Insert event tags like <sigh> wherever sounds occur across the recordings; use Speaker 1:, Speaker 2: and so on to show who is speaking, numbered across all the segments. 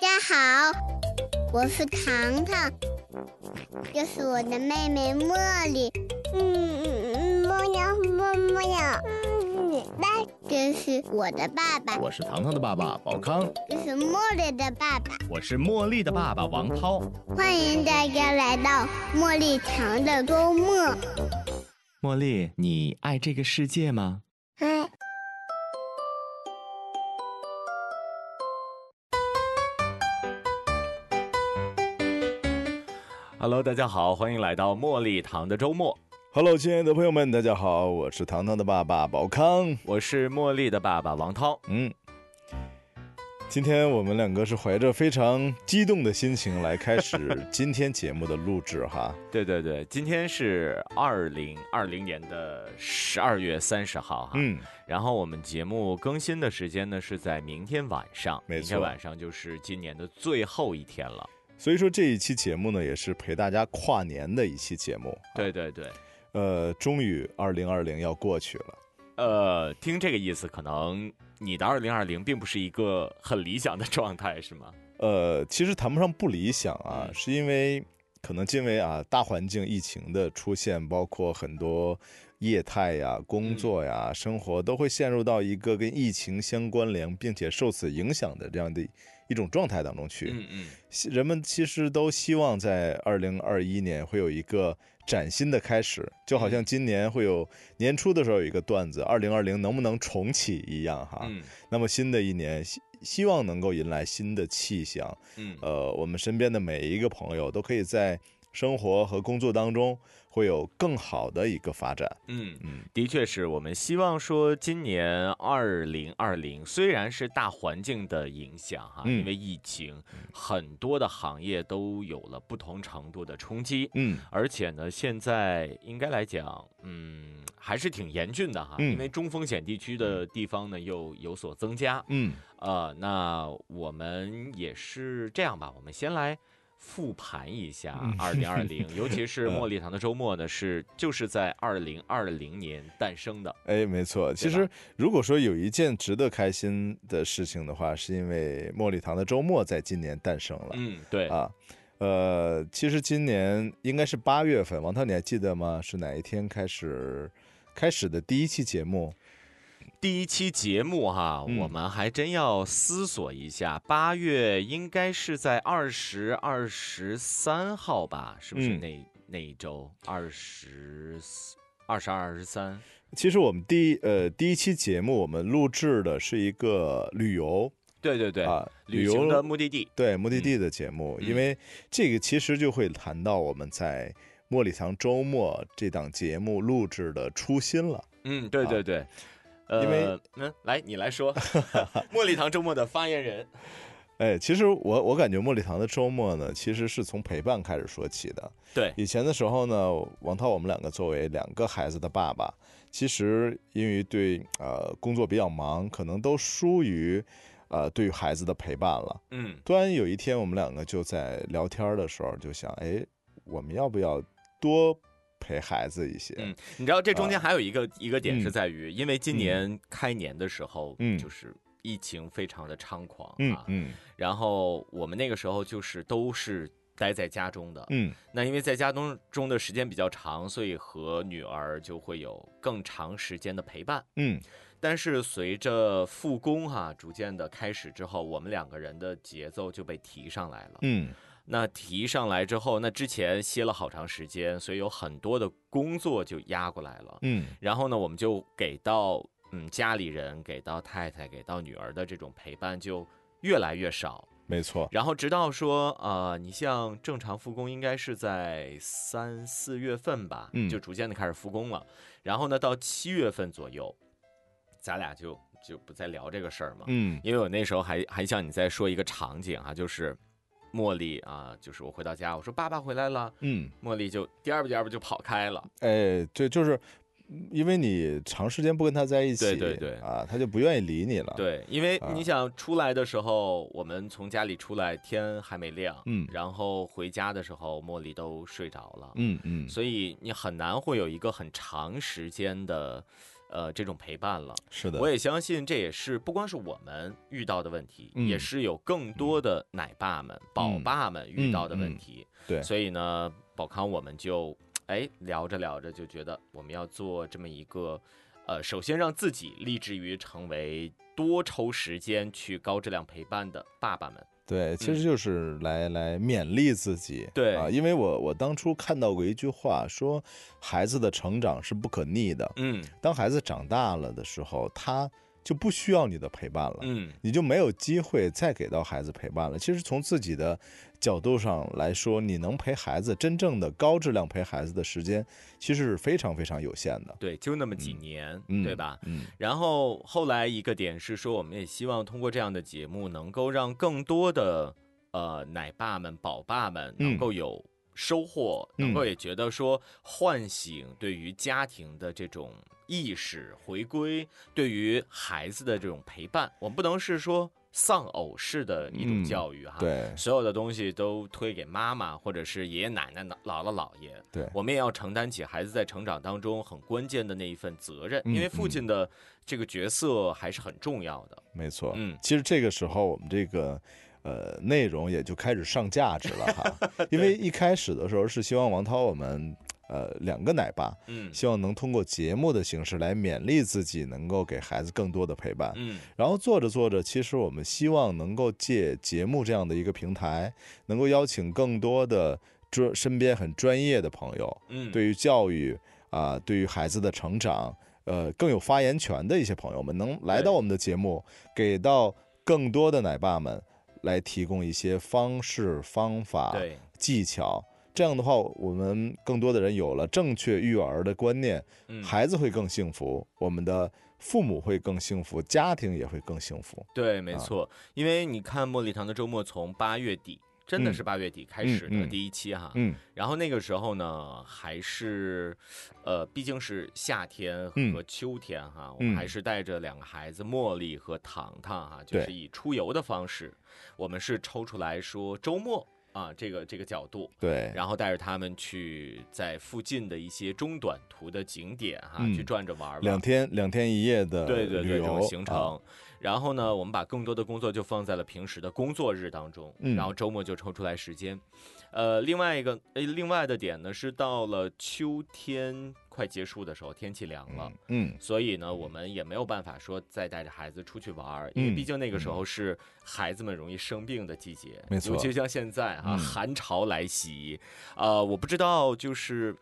Speaker 1: 家好，我是糖糖，这是我的妹妹茉莉。嗯嗯嗯，茉莉茉茉莉，那这是我的爸爸，
Speaker 2: 我是糖糖的爸爸宝康，
Speaker 1: 这是茉莉的爸爸。
Speaker 2: 我是茉莉的爸爸王涛。
Speaker 1: 欢迎大家来到茉莉糖的周末。
Speaker 2: 茉莉，你爱这个世界吗？
Speaker 1: 哎，
Speaker 3: Hello，大家好，欢迎来到茉莉堂的周末，
Speaker 4: Hello，亲爱的朋友们，大家好，我是糖糖的爸爸宝康。
Speaker 3: 我是茉莉的爸爸王涛。
Speaker 4: 嗯，今天我们两个是怀着非常激动的心情来开始今天节目的录制哈。
Speaker 3: 对对对，今天是二零二零年的十二月三十号哈，
Speaker 4: 嗯，
Speaker 3: 然后我们节目更新的时间呢是在明天晚上，
Speaker 4: 没错啊
Speaker 3: 明天晚上就是今年的最后一天了。
Speaker 4: 所以说这一期节目呢，也是陪大家跨年的一期节目。
Speaker 3: 对对对，
Speaker 4: 呃，终于二零二零要过去了，
Speaker 3: 呃，听这个意思，可能你的二零二零并不是一个很理想的状态，是吗？
Speaker 4: 呃，其实谈不上不理想啊，
Speaker 3: 嗯
Speaker 4: 是因为可能因为啊大环境疫情的出现，包括很多业态呀、
Speaker 3: 嗯
Speaker 4: 工作呀、生活都会陷入到一个跟疫情相关联，并且受此影响的这样的一种状态当中去。
Speaker 3: 嗯嗯，
Speaker 4: 希人们其实都希望在二零二一年会有一个崭新的开始，就
Speaker 3: 嗯
Speaker 4: 好像今年会有年初的时候有一个段子，二零二零能不能重启一样哈。
Speaker 3: 嗯
Speaker 4: 那么新的一年，希希望能够迎来新的气象。
Speaker 3: 嗯
Speaker 4: 呃，我们身边的每一个朋友都可以在生活和工作当中会有更好的一个发展。
Speaker 3: 嗯
Speaker 4: 嗯，
Speaker 3: 的确是我们希望说，今年二零二零虽然是大环境的影响哈，
Speaker 4: 嗯
Speaker 3: 因为疫情，很多的行业都有了不同程度的冲击。
Speaker 4: 嗯，
Speaker 3: 而且呢，现在应该来讲，嗯，还是挺严峻的哈，
Speaker 4: 嗯
Speaker 3: 因为中风险地区的地方呢又有所增加。
Speaker 4: 嗯，
Speaker 3: 呃，那我们也是这样吧，我们先来复盘一下
Speaker 4: 嗯
Speaker 3: 二零二零，尤其
Speaker 4: <laughs>
Speaker 3: 是茉莉堂的周末呢，是就是在二零二零年诞生的。
Speaker 4: 哎，没错。其实，如果说有一件值得开心的事情的话，是因为茉莉堂的周末在今年诞生了、
Speaker 3: 嗯，对，
Speaker 4: 啊。呃，其实今年应该是八月份，王涛，你还记得吗？是哪一天开始开始的第一期节目？
Speaker 3: 第一期节目哈，
Speaker 4: 嗯
Speaker 3: 我们还真要思索一下，八月应该是在二十二十三号吧，是不是
Speaker 4: 嗯
Speaker 3: 那、那一周？二十二十二、二十
Speaker 4: 啊
Speaker 3: 三，
Speaker 4: 其实我们第一呃第一期节目，我们录制的是一个旅游
Speaker 3: 对对对，
Speaker 4: 啊，
Speaker 3: 旅行的目的地。
Speaker 4: 对目的地的节目，
Speaker 3: 嗯
Speaker 4: 因为这个其实就会谈到我们在《茉莉堂周末》这档节目录制的初心了。
Speaker 3: 嗯，对对对，呃，
Speaker 4: 因为
Speaker 3: 嗯，来你来
Speaker 4: <laughs>
Speaker 3: 说，茉莉堂周末的发言人，
Speaker 4: 哎，其实我我感觉《茉莉堂的周末》呢，其实是从陪伴开始说起的。
Speaker 3: 对
Speaker 4: 以前的时候呢，王涛我们两个作为两个孩子的爸爸，其实因为对呃工作比较忙，可能都疏于呃对于孩子的陪伴了。
Speaker 3: 嗯
Speaker 4: 突然有一天，我们两个就在聊天的时候就想，哎，我们要不要多陪孩子一些？
Speaker 3: 嗯，你知道这中间还有一个、一个点
Speaker 4: 啊嗯
Speaker 3: 是在于，因为今
Speaker 4: 嗯
Speaker 3: 年开年的时候，
Speaker 4: 嗯
Speaker 3: 就是疫情非常的猖狂
Speaker 4: 嗯
Speaker 3: 啊，
Speaker 4: 嗯
Speaker 3: 然后我们那个时候就是都是待在家中的，
Speaker 4: 嗯
Speaker 3: 那因为在家中中的时间比较长，所以和女儿就会有更长时间的陪伴。
Speaker 4: 嗯
Speaker 3: 但是随着复工哈、逐渐的开始之后，我们两个人的节奏就被提上来了。
Speaker 4: 嗯
Speaker 3: 那提上来之后，那之前歇了好长时间，所以有很多的工作就压过来了。
Speaker 4: 嗯
Speaker 3: 然后呢，我们就给到嗯家里人、给到太太、给到女儿的这种陪伴就越来越少。
Speaker 4: 没错。
Speaker 3: 然后直到说，呃，你像正常复工应该是在三四月份吧，
Speaker 4: 嗯
Speaker 3: 就逐渐的开始复工了。然后呢，到七月份左右，咱俩就就不再聊这个事儿嘛，
Speaker 4: 嗯
Speaker 3: 因为我那时候还还向你在说一个场景啊，就是茉莉啊，就是我回到家，我说爸爸回来了，
Speaker 4: 嗯，
Speaker 3: 茉莉就颠儿吧颠儿吧就跑开了。
Speaker 4: 哎，对，就是因为你长时间不跟他在一起，
Speaker 3: 对对对
Speaker 4: 啊，他就不愿意理你了。，
Speaker 3: 对，因为
Speaker 4: 啊
Speaker 3: 你想出来的时候，我们从家里出来，天还没亮，
Speaker 4: 嗯
Speaker 3: 然后回家的时候，茉莉都睡着了，
Speaker 4: 嗯嗯，
Speaker 3: 所以你很难会有一个很长时间的，呃这种陪伴了。
Speaker 4: 是的，
Speaker 3: 我也相信这也是不光是我们遇到的问题，
Speaker 4: 嗯
Speaker 3: 也是有更多的奶爸们、宝爸们遇到的问题。
Speaker 4: 嗯对
Speaker 3: 所以呢，宝康我们就哎聊着聊着就觉得我们要做这么一个，呃，首先让自己立志于成为多抽时间去高质量陪伴的爸爸们。
Speaker 4: 对，其实就是来、来勉励自己。
Speaker 3: 嗯对
Speaker 4: 啊，因为我我当初看到过一句话，说孩子的成长是不可逆的。
Speaker 3: 嗯
Speaker 4: 当孩子长大了的时候，他就不需要你的陪伴了。
Speaker 3: 嗯，
Speaker 4: 你就没有机会再给到孩子陪伴了。其实从自己的角度上来说，你能陪孩子真正的高质量陪孩子的时间，其实是非常非常有限的，
Speaker 3: 对，就那么几年，
Speaker 4: 嗯、
Speaker 3: 对吧？？
Speaker 4: 嗯，
Speaker 3: 然后后来一个点是说，我们也希望通过这样的节目，能够让更多的呃奶爸们、宝爸们
Speaker 4: 嗯
Speaker 3: 能够有收获，
Speaker 4: 嗯
Speaker 3: 能够也觉得说唤醒对于家庭的这种意识回归，对于孩子的这种陪伴，我们不能是说丧偶式的一种
Speaker 4: 嗯
Speaker 3: 教育哈。。
Speaker 4: 对
Speaker 3: 所有的东西都推给妈妈，或者是爷爷奶奶、姥姥姥爷。
Speaker 4: 对
Speaker 3: 我们也要承担起孩子在成长当中很关键的那一份责任，
Speaker 4: 嗯
Speaker 3: 因为父亲的这个角色还是很重要的。
Speaker 4: 没错，
Speaker 3: 嗯
Speaker 4: 其实这个时候我们这个。呃，内容也就开始上价值了
Speaker 3: <laughs>
Speaker 4: 哈，因为一开始的时候是希望王涛我们呃两个奶爸，
Speaker 3: 嗯
Speaker 4: 希望能通过节目的形式来勉励自己，能够给孩子更多的陪伴。
Speaker 3: 嗯
Speaker 4: 然后做着做着，其实我们希望能够借节目这样的一个平台，能够邀请更多的专身边很专业的朋友，
Speaker 3: 嗯，
Speaker 4: 对于教育啊、对于孩子的成长，呃，更有发言权的一些朋友们，能来到
Speaker 3: 对
Speaker 4: 我们的节目，给到更多的奶爸们来提供一些方式、方法、
Speaker 3: 对
Speaker 4: 技巧。这样的话，我们更多的人有了正确育儿的观念，
Speaker 3: 嗯
Speaker 4: 孩子会更幸福，我们的父母会更幸福，家庭也会更幸福。
Speaker 3: 对，没
Speaker 4: 啊
Speaker 3: 错。因为你看《茉莉堂的周末》从八月底，真的
Speaker 4: 嗯
Speaker 3: 是八月底开
Speaker 4: 嗯
Speaker 3: 始的
Speaker 4: 嗯
Speaker 3: 第一期哈，
Speaker 4: 嗯，
Speaker 3: 然后那个时候呢，还是，呃，毕竟是夏天和
Speaker 4: 嗯
Speaker 3: 秋天哈，我们还
Speaker 4: 嗯
Speaker 3: 是带着两个孩子茉莉和糖糖哈，就
Speaker 4: 对
Speaker 3: 是以出游的方式，我们是抽出来说周末啊这个这个角度，
Speaker 4: 对，
Speaker 3: 然后带着他们去在附近的一些中短途的景点哈、
Speaker 4: 嗯
Speaker 3: 去转着玩儿玩。
Speaker 4: 两天两天一夜的
Speaker 3: 对对对，
Speaker 4: 旅
Speaker 3: 这种
Speaker 4: 游
Speaker 3: 行
Speaker 4: 啊
Speaker 3: 程。然后呢，我们把更多的工作就放在了平时的工作日当中，
Speaker 4: 嗯
Speaker 3: 然后周末就抽出来时间。呃，另外一个，呃，另外的点呢是到了秋天快结束的时候，天气凉了。
Speaker 4: 嗯，
Speaker 3: 所以呢，我们也没有办法说再带着孩子出去玩儿，因为
Speaker 4: 嗯
Speaker 3: 毕竟那个时候是孩子们容易生病的季节，
Speaker 4: 没错
Speaker 3: 尤其像现在啊，
Speaker 4: 嗯
Speaker 3: 寒潮来袭，呃，我不知道就是。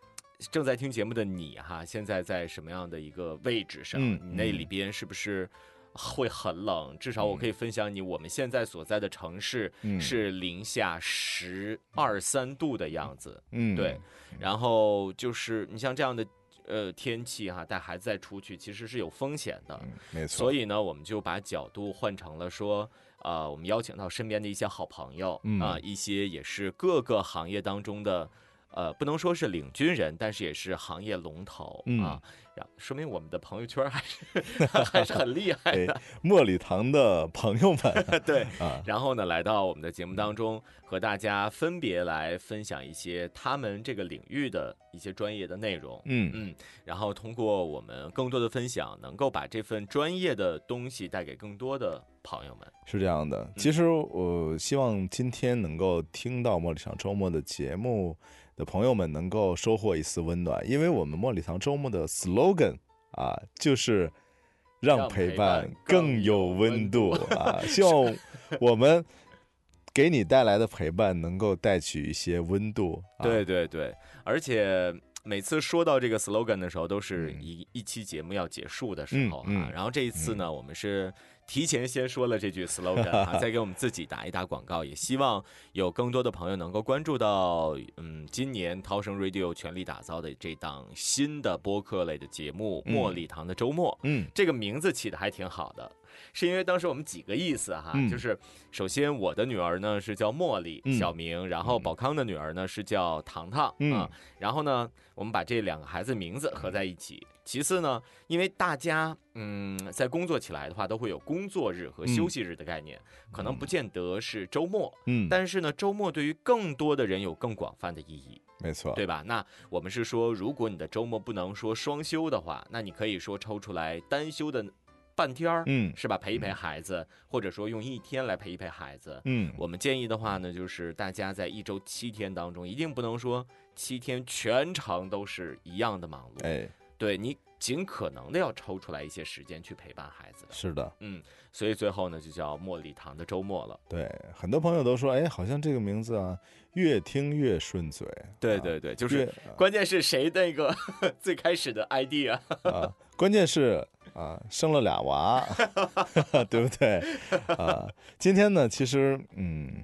Speaker 3: 正在听节目的你哈，现在在什么样的一个位置上？
Speaker 4: 嗯
Speaker 3: 你那里边是不是会很冷？至少我可以分享你，我们现在所在的城市
Speaker 4: 嗯
Speaker 3: 是零下十二三度的样子。
Speaker 4: 嗯，
Speaker 3: 对，然后就是你像这样的呃天气哈、带孩子再出去其实是有风险的，
Speaker 4: 嗯，没错。
Speaker 3: 所
Speaker 4: 以
Speaker 3: 以呢，我们就把角度换成了说，呃，我们邀请到身边的一些好朋友啊、
Speaker 4: 嗯
Speaker 3: 一些也是各个行业当中的。呃，不能说是领军人，但是也是行业龙头、
Speaker 4: 嗯
Speaker 3: 啊，然后说明我们的朋友圈还是 <laughs> 还是很厉害
Speaker 4: 哎
Speaker 3: 的。，
Speaker 4: 茉莉堂的朋友
Speaker 3: <laughs>
Speaker 4: 们
Speaker 3: 对，
Speaker 4: 啊，嗯
Speaker 3: 然后呢，来到我们的节目当中，和大家分别来分享一些他们这个领域的一些专业的内容。
Speaker 4: 嗯，
Speaker 3: 嗯，然后通过我们更多的分享，能够把这份专业的东西带给更多的朋友们。
Speaker 4: 是这样的。
Speaker 3: 嗯
Speaker 4: 其实我希望今天能够听到茉莉堂周末的节目的朋友们能够收获一丝温暖，因为我们茉莉堂周末的 slogan 啊，就是让
Speaker 3: 让陪
Speaker 4: 陪伴
Speaker 3: 伴
Speaker 4: 更
Speaker 3: 更
Speaker 4: 有
Speaker 3: 有
Speaker 4: 温
Speaker 3: 温
Speaker 4: 度啊，希望我们给你带来的陪伴能够带取一些温度。啊、
Speaker 3: 对对对，而且每次说到这个 slogan 的时候，都是
Speaker 4: 嗯
Speaker 3: 一、一期节目要结束的时候啊。
Speaker 4: 嗯嗯
Speaker 3: 然后这一次呢，我们是提前先说了这句 slogan
Speaker 4: <laughs>
Speaker 3: 啊，再给我们自己打一打广告，也希望有更多的朋友能够关注到，嗯，今年涛声 radio 全力打造的这档新的播客类的节目《
Speaker 4: 嗯
Speaker 3: 茉莉堂的周末》。
Speaker 4: 嗯，
Speaker 3: 这个名字起的还挺好的，是因为当时我们几个意思哈，
Speaker 4: 嗯
Speaker 3: 就是首先我的女儿呢是叫茉莉、
Speaker 4: 嗯
Speaker 3: 小名，然后宝康的女儿呢是叫糖糖、
Speaker 4: 嗯
Speaker 3: 啊，然后呢我们把这两个孩子名字合在一起。其次呢，因为大家嗯在工作起来的话，都会有工作日和休息日的概念，可能不见得是周末，
Speaker 4: 嗯，
Speaker 3: 但是呢周末对于更多的人有更广泛的意义。
Speaker 4: 没错，
Speaker 3: 对吧？那我们是说，如果你的周末不能说双休的话，那你可以说抽出来单休的半天儿，
Speaker 4: 嗯
Speaker 3: 是吧？陪一陪孩子，或者说用一天来陪一陪孩子。
Speaker 4: 嗯，
Speaker 3: 我们建议的话呢，就是大家在一周七天当中，一定不能说七天全程都是一样的忙碌，
Speaker 4: 哎，
Speaker 3: 对你尽可能的要抽出来一些时间去陪伴孩子。
Speaker 4: 是的，
Speaker 3: 所以最后呢，就叫茉莉堂的周末了。
Speaker 4: 对，很多朋友都说，哎，好像这个名字啊，越听越顺嘴，
Speaker 3: 对对对，啊就
Speaker 4: 越
Speaker 3: 是关键是谁那个 <laughs> 最开始的 ID 啊？
Speaker 4: 啊，关键是啊，生了俩
Speaker 3: <laughs>
Speaker 4: 娃， <laughs> 对不对？啊，今天呢，其实嗯，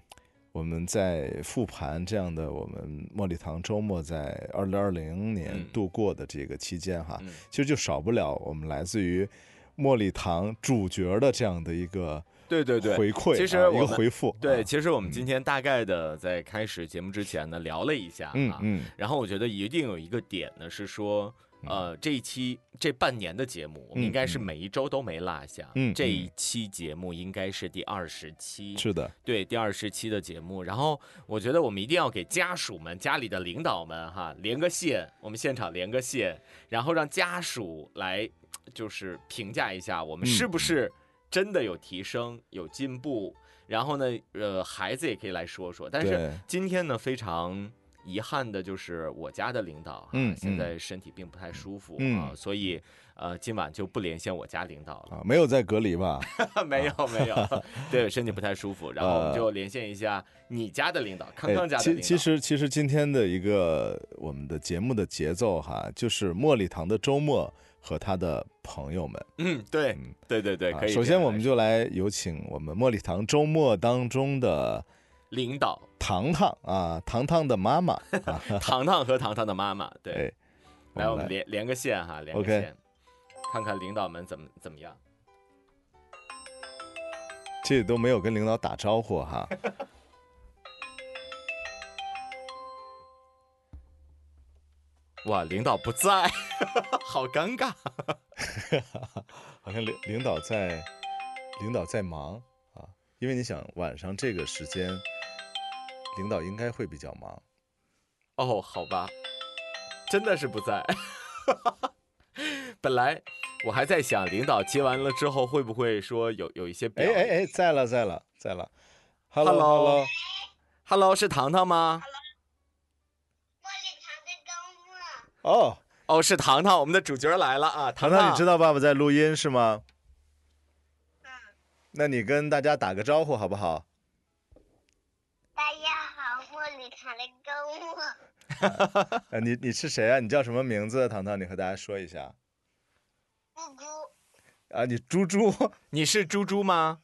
Speaker 4: 我们在复盘这样的我们茉莉堂周末在二零二零年
Speaker 3: 嗯
Speaker 4: 度过的这个期间哈，
Speaker 3: 嗯
Speaker 4: 其实就少不了我们来自于茉莉堂主角的这样的一个
Speaker 3: 对对对，
Speaker 4: 回馈啊，
Speaker 3: 其实
Speaker 4: 一
Speaker 3: 我
Speaker 4: 个
Speaker 3: 们
Speaker 4: 回复啊，
Speaker 3: 对，其实我们今天大概的在开始节目之前呢，聊了一下
Speaker 4: 嗯
Speaker 3: 啊，
Speaker 4: 嗯，
Speaker 3: 然后我觉得一定有一个点呢是说，呃，这一期这半年的节目，我们
Speaker 4: 嗯
Speaker 3: 应该是
Speaker 4: 嗯
Speaker 3: 每一周都没落下，
Speaker 4: 嗯
Speaker 3: 这一期节目应该是第二十期，
Speaker 4: 是的，
Speaker 3: 对，第二十期的节目。然后我觉得我们一定要给家属们、家里的领导们哈连个线，我们现场连个线，然后让家属来就是评价一下我们
Speaker 4: 嗯
Speaker 3: 是不是真的有提升、有进步。然后呢，呃，孩子也可以来说说。但是
Speaker 4: 对，
Speaker 3: 今天呢，非常。遗憾的就是我家的领导哈、
Speaker 4: 嗯
Speaker 3: 现
Speaker 4: 嗯
Speaker 3: 在身体并不太舒服、
Speaker 4: 嗯
Speaker 3: 啊，所以呃今晚就不连线我家领导了。
Speaker 4: 啊，没有在隔离吧？
Speaker 3: <laughs> 没
Speaker 4: 啊
Speaker 3: 有没有，对身体不太舒服，然后我们就连线一下你家的领导，康康家的领
Speaker 4: 呃哎其
Speaker 3: 导。
Speaker 4: 其实其实今天的一个我们的节目的节奏哈，就是茉莉堂的周末和他的朋友们。
Speaker 3: 嗯，对
Speaker 4: 嗯
Speaker 3: 对对对，
Speaker 4: 啊
Speaker 3: 哎可以这样来说。
Speaker 4: 首先我们就来有请我们茉莉堂周末当中的
Speaker 3: 领
Speaker 4: <laughs>
Speaker 3: 导
Speaker 4: 糖糖啊，糖糖的妈妈。啊、
Speaker 3: 糖糖和糖糖的妈妈，对，
Speaker 4: 哎，
Speaker 3: 来我们连连个线哈，连个
Speaker 4: OK
Speaker 3: 线，看看领导们怎么怎么样。
Speaker 4: 这都没有跟领导打招呼哈。
Speaker 3: 哇，领导不在， <laughs> 好尴尬。
Speaker 4: 好像领领导在，领导在忙啊，因为你想晚上这个时间，领导应该会比较忙。
Speaker 3: 哦，好吧，真的是不在。 <laughs> 本来我还在想，领导接完了之后会不会说有有一些表
Speaker 4: 哎
Speaker 3: 演？
Speaker 4: 哎哎，在了在了在了
Speaker 3: Hello
Speaker 4: hello
Speaker 3: ，Hello，是糖糖吗？
Speaker 4: 哦，
Speaker 3: 哦，是糖糖，我们的主角来了啊！嗯
Speaker 4: 糖
Speaker 3: 糖，
Speaker 4: 糖，你知道爸爸在录音是吗？那你跟大家打个招呼好
Speaker 3: <laughs>
Speaker 4: 不好？
Speaker 1: 大家好，茉莉堂的周末，
Speaker 4: 呃，你你是谁啊？你叫什么名字？糖糖，你和大家说一下。
Speaker 1: 姑姑，
Speaker 4: 啊，你猪猪，
Speaker 3: 你是猪猪吗？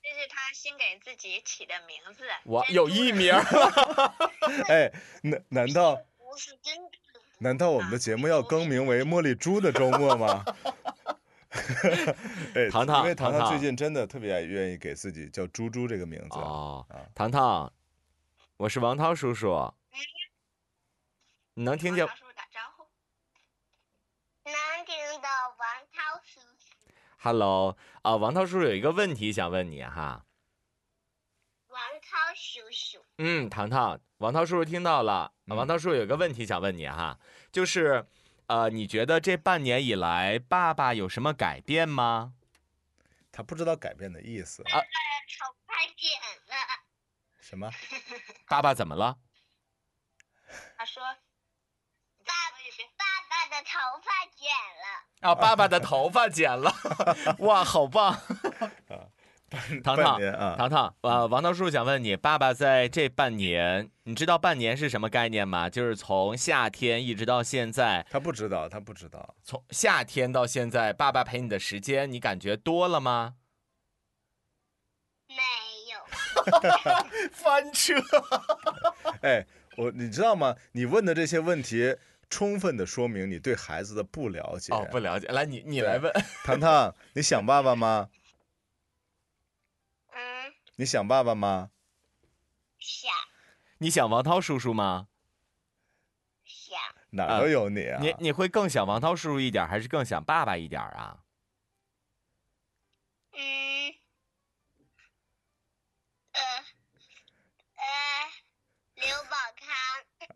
Speaker 1: 这是他新给自己起的名字。
Speaker 3: 我有艺名儿 <laughs>
Speaker 4: <laughs> 哎，难难道
Speaker 1: 不是真的，
Speaker 4: 难道我们的节目要更名为《茉莉猪的周末》吗？ <laughs> 哎，
Speaker 3: 糖糖
Speaker 4: 因为糖
Speaker 3: 糖糖
Speaker 4: 糖最近真的特别愿意给自己叫猪猪这个名字。
Speaker 3: 哦
Speaker 4: 啊，
Speaker 3: 糖糖，我是王涛叔叔，你能听见
Speaker 5: 王？叔叔打招呼。
Speaker 1: 能听到王涛叔叔，
Speaker 3: Hello，啊，王涛叔叔有一个问题想问你哈。
Speaker 1: 王涛叔叔，
Speaker 3: 嗯，糖糖，王涛叔叔听到了。啊王
Speaker 4: 嗯
Speaker 3: 涛叔叔有个问题想问你哈，就是，呃，你觉得这半年以来，爸爸有什么改变吗？
Speaker 4: 他不知道改变的意思。
Speaker 1: 好快点了，
Speaker 4: 什么？
Speaker 3: 爸爸怎么了？
Speaker 5: 他说
Speaker 1: 爸爸爸的头发剪了，
Speaker 3: 啊，爸爸的头发剪了， <laughs> 哇，好 <laughs> 棒！糖
Speaker 4: 半
Speaker 3: 糖，
Speaker 4: 年啊，
Speaker 3: 糖糖，呃，王涛叔叔想问你，爸爸在这半年，你知道半年是什么概念吗？就是从夏天一直到现在，
Speaker 4: 他不知道，他不知道。
Speaker 3: 从夏天到现在，爸爸陪你的时间，你感觉多了吗？
Speaker 1: 没有，
Speaker 3: 翻车，
Speaker 4: <laughs> 哎，我你知道吗？你问的这些问题，充分的说明你对孩子的不了解。
Speaker 3: 哦，不了解，来你你来问，
Speaker 4: 糖糖，你想爸爸吗？
Speaker 1: 嗯，
Speaker 4: 你想爸爸吗？
Speaker 1: 想
Speaker 3: 你想王涛叔叔吗？
Speaker 1: 想
Speaker 4: 哪儿都有你啊！
Speaker 3: 你你会更想王涛叔叔一点，还是更想爸爸一点啊？
Speaker 1: 嗯，呃呃，刘宝康，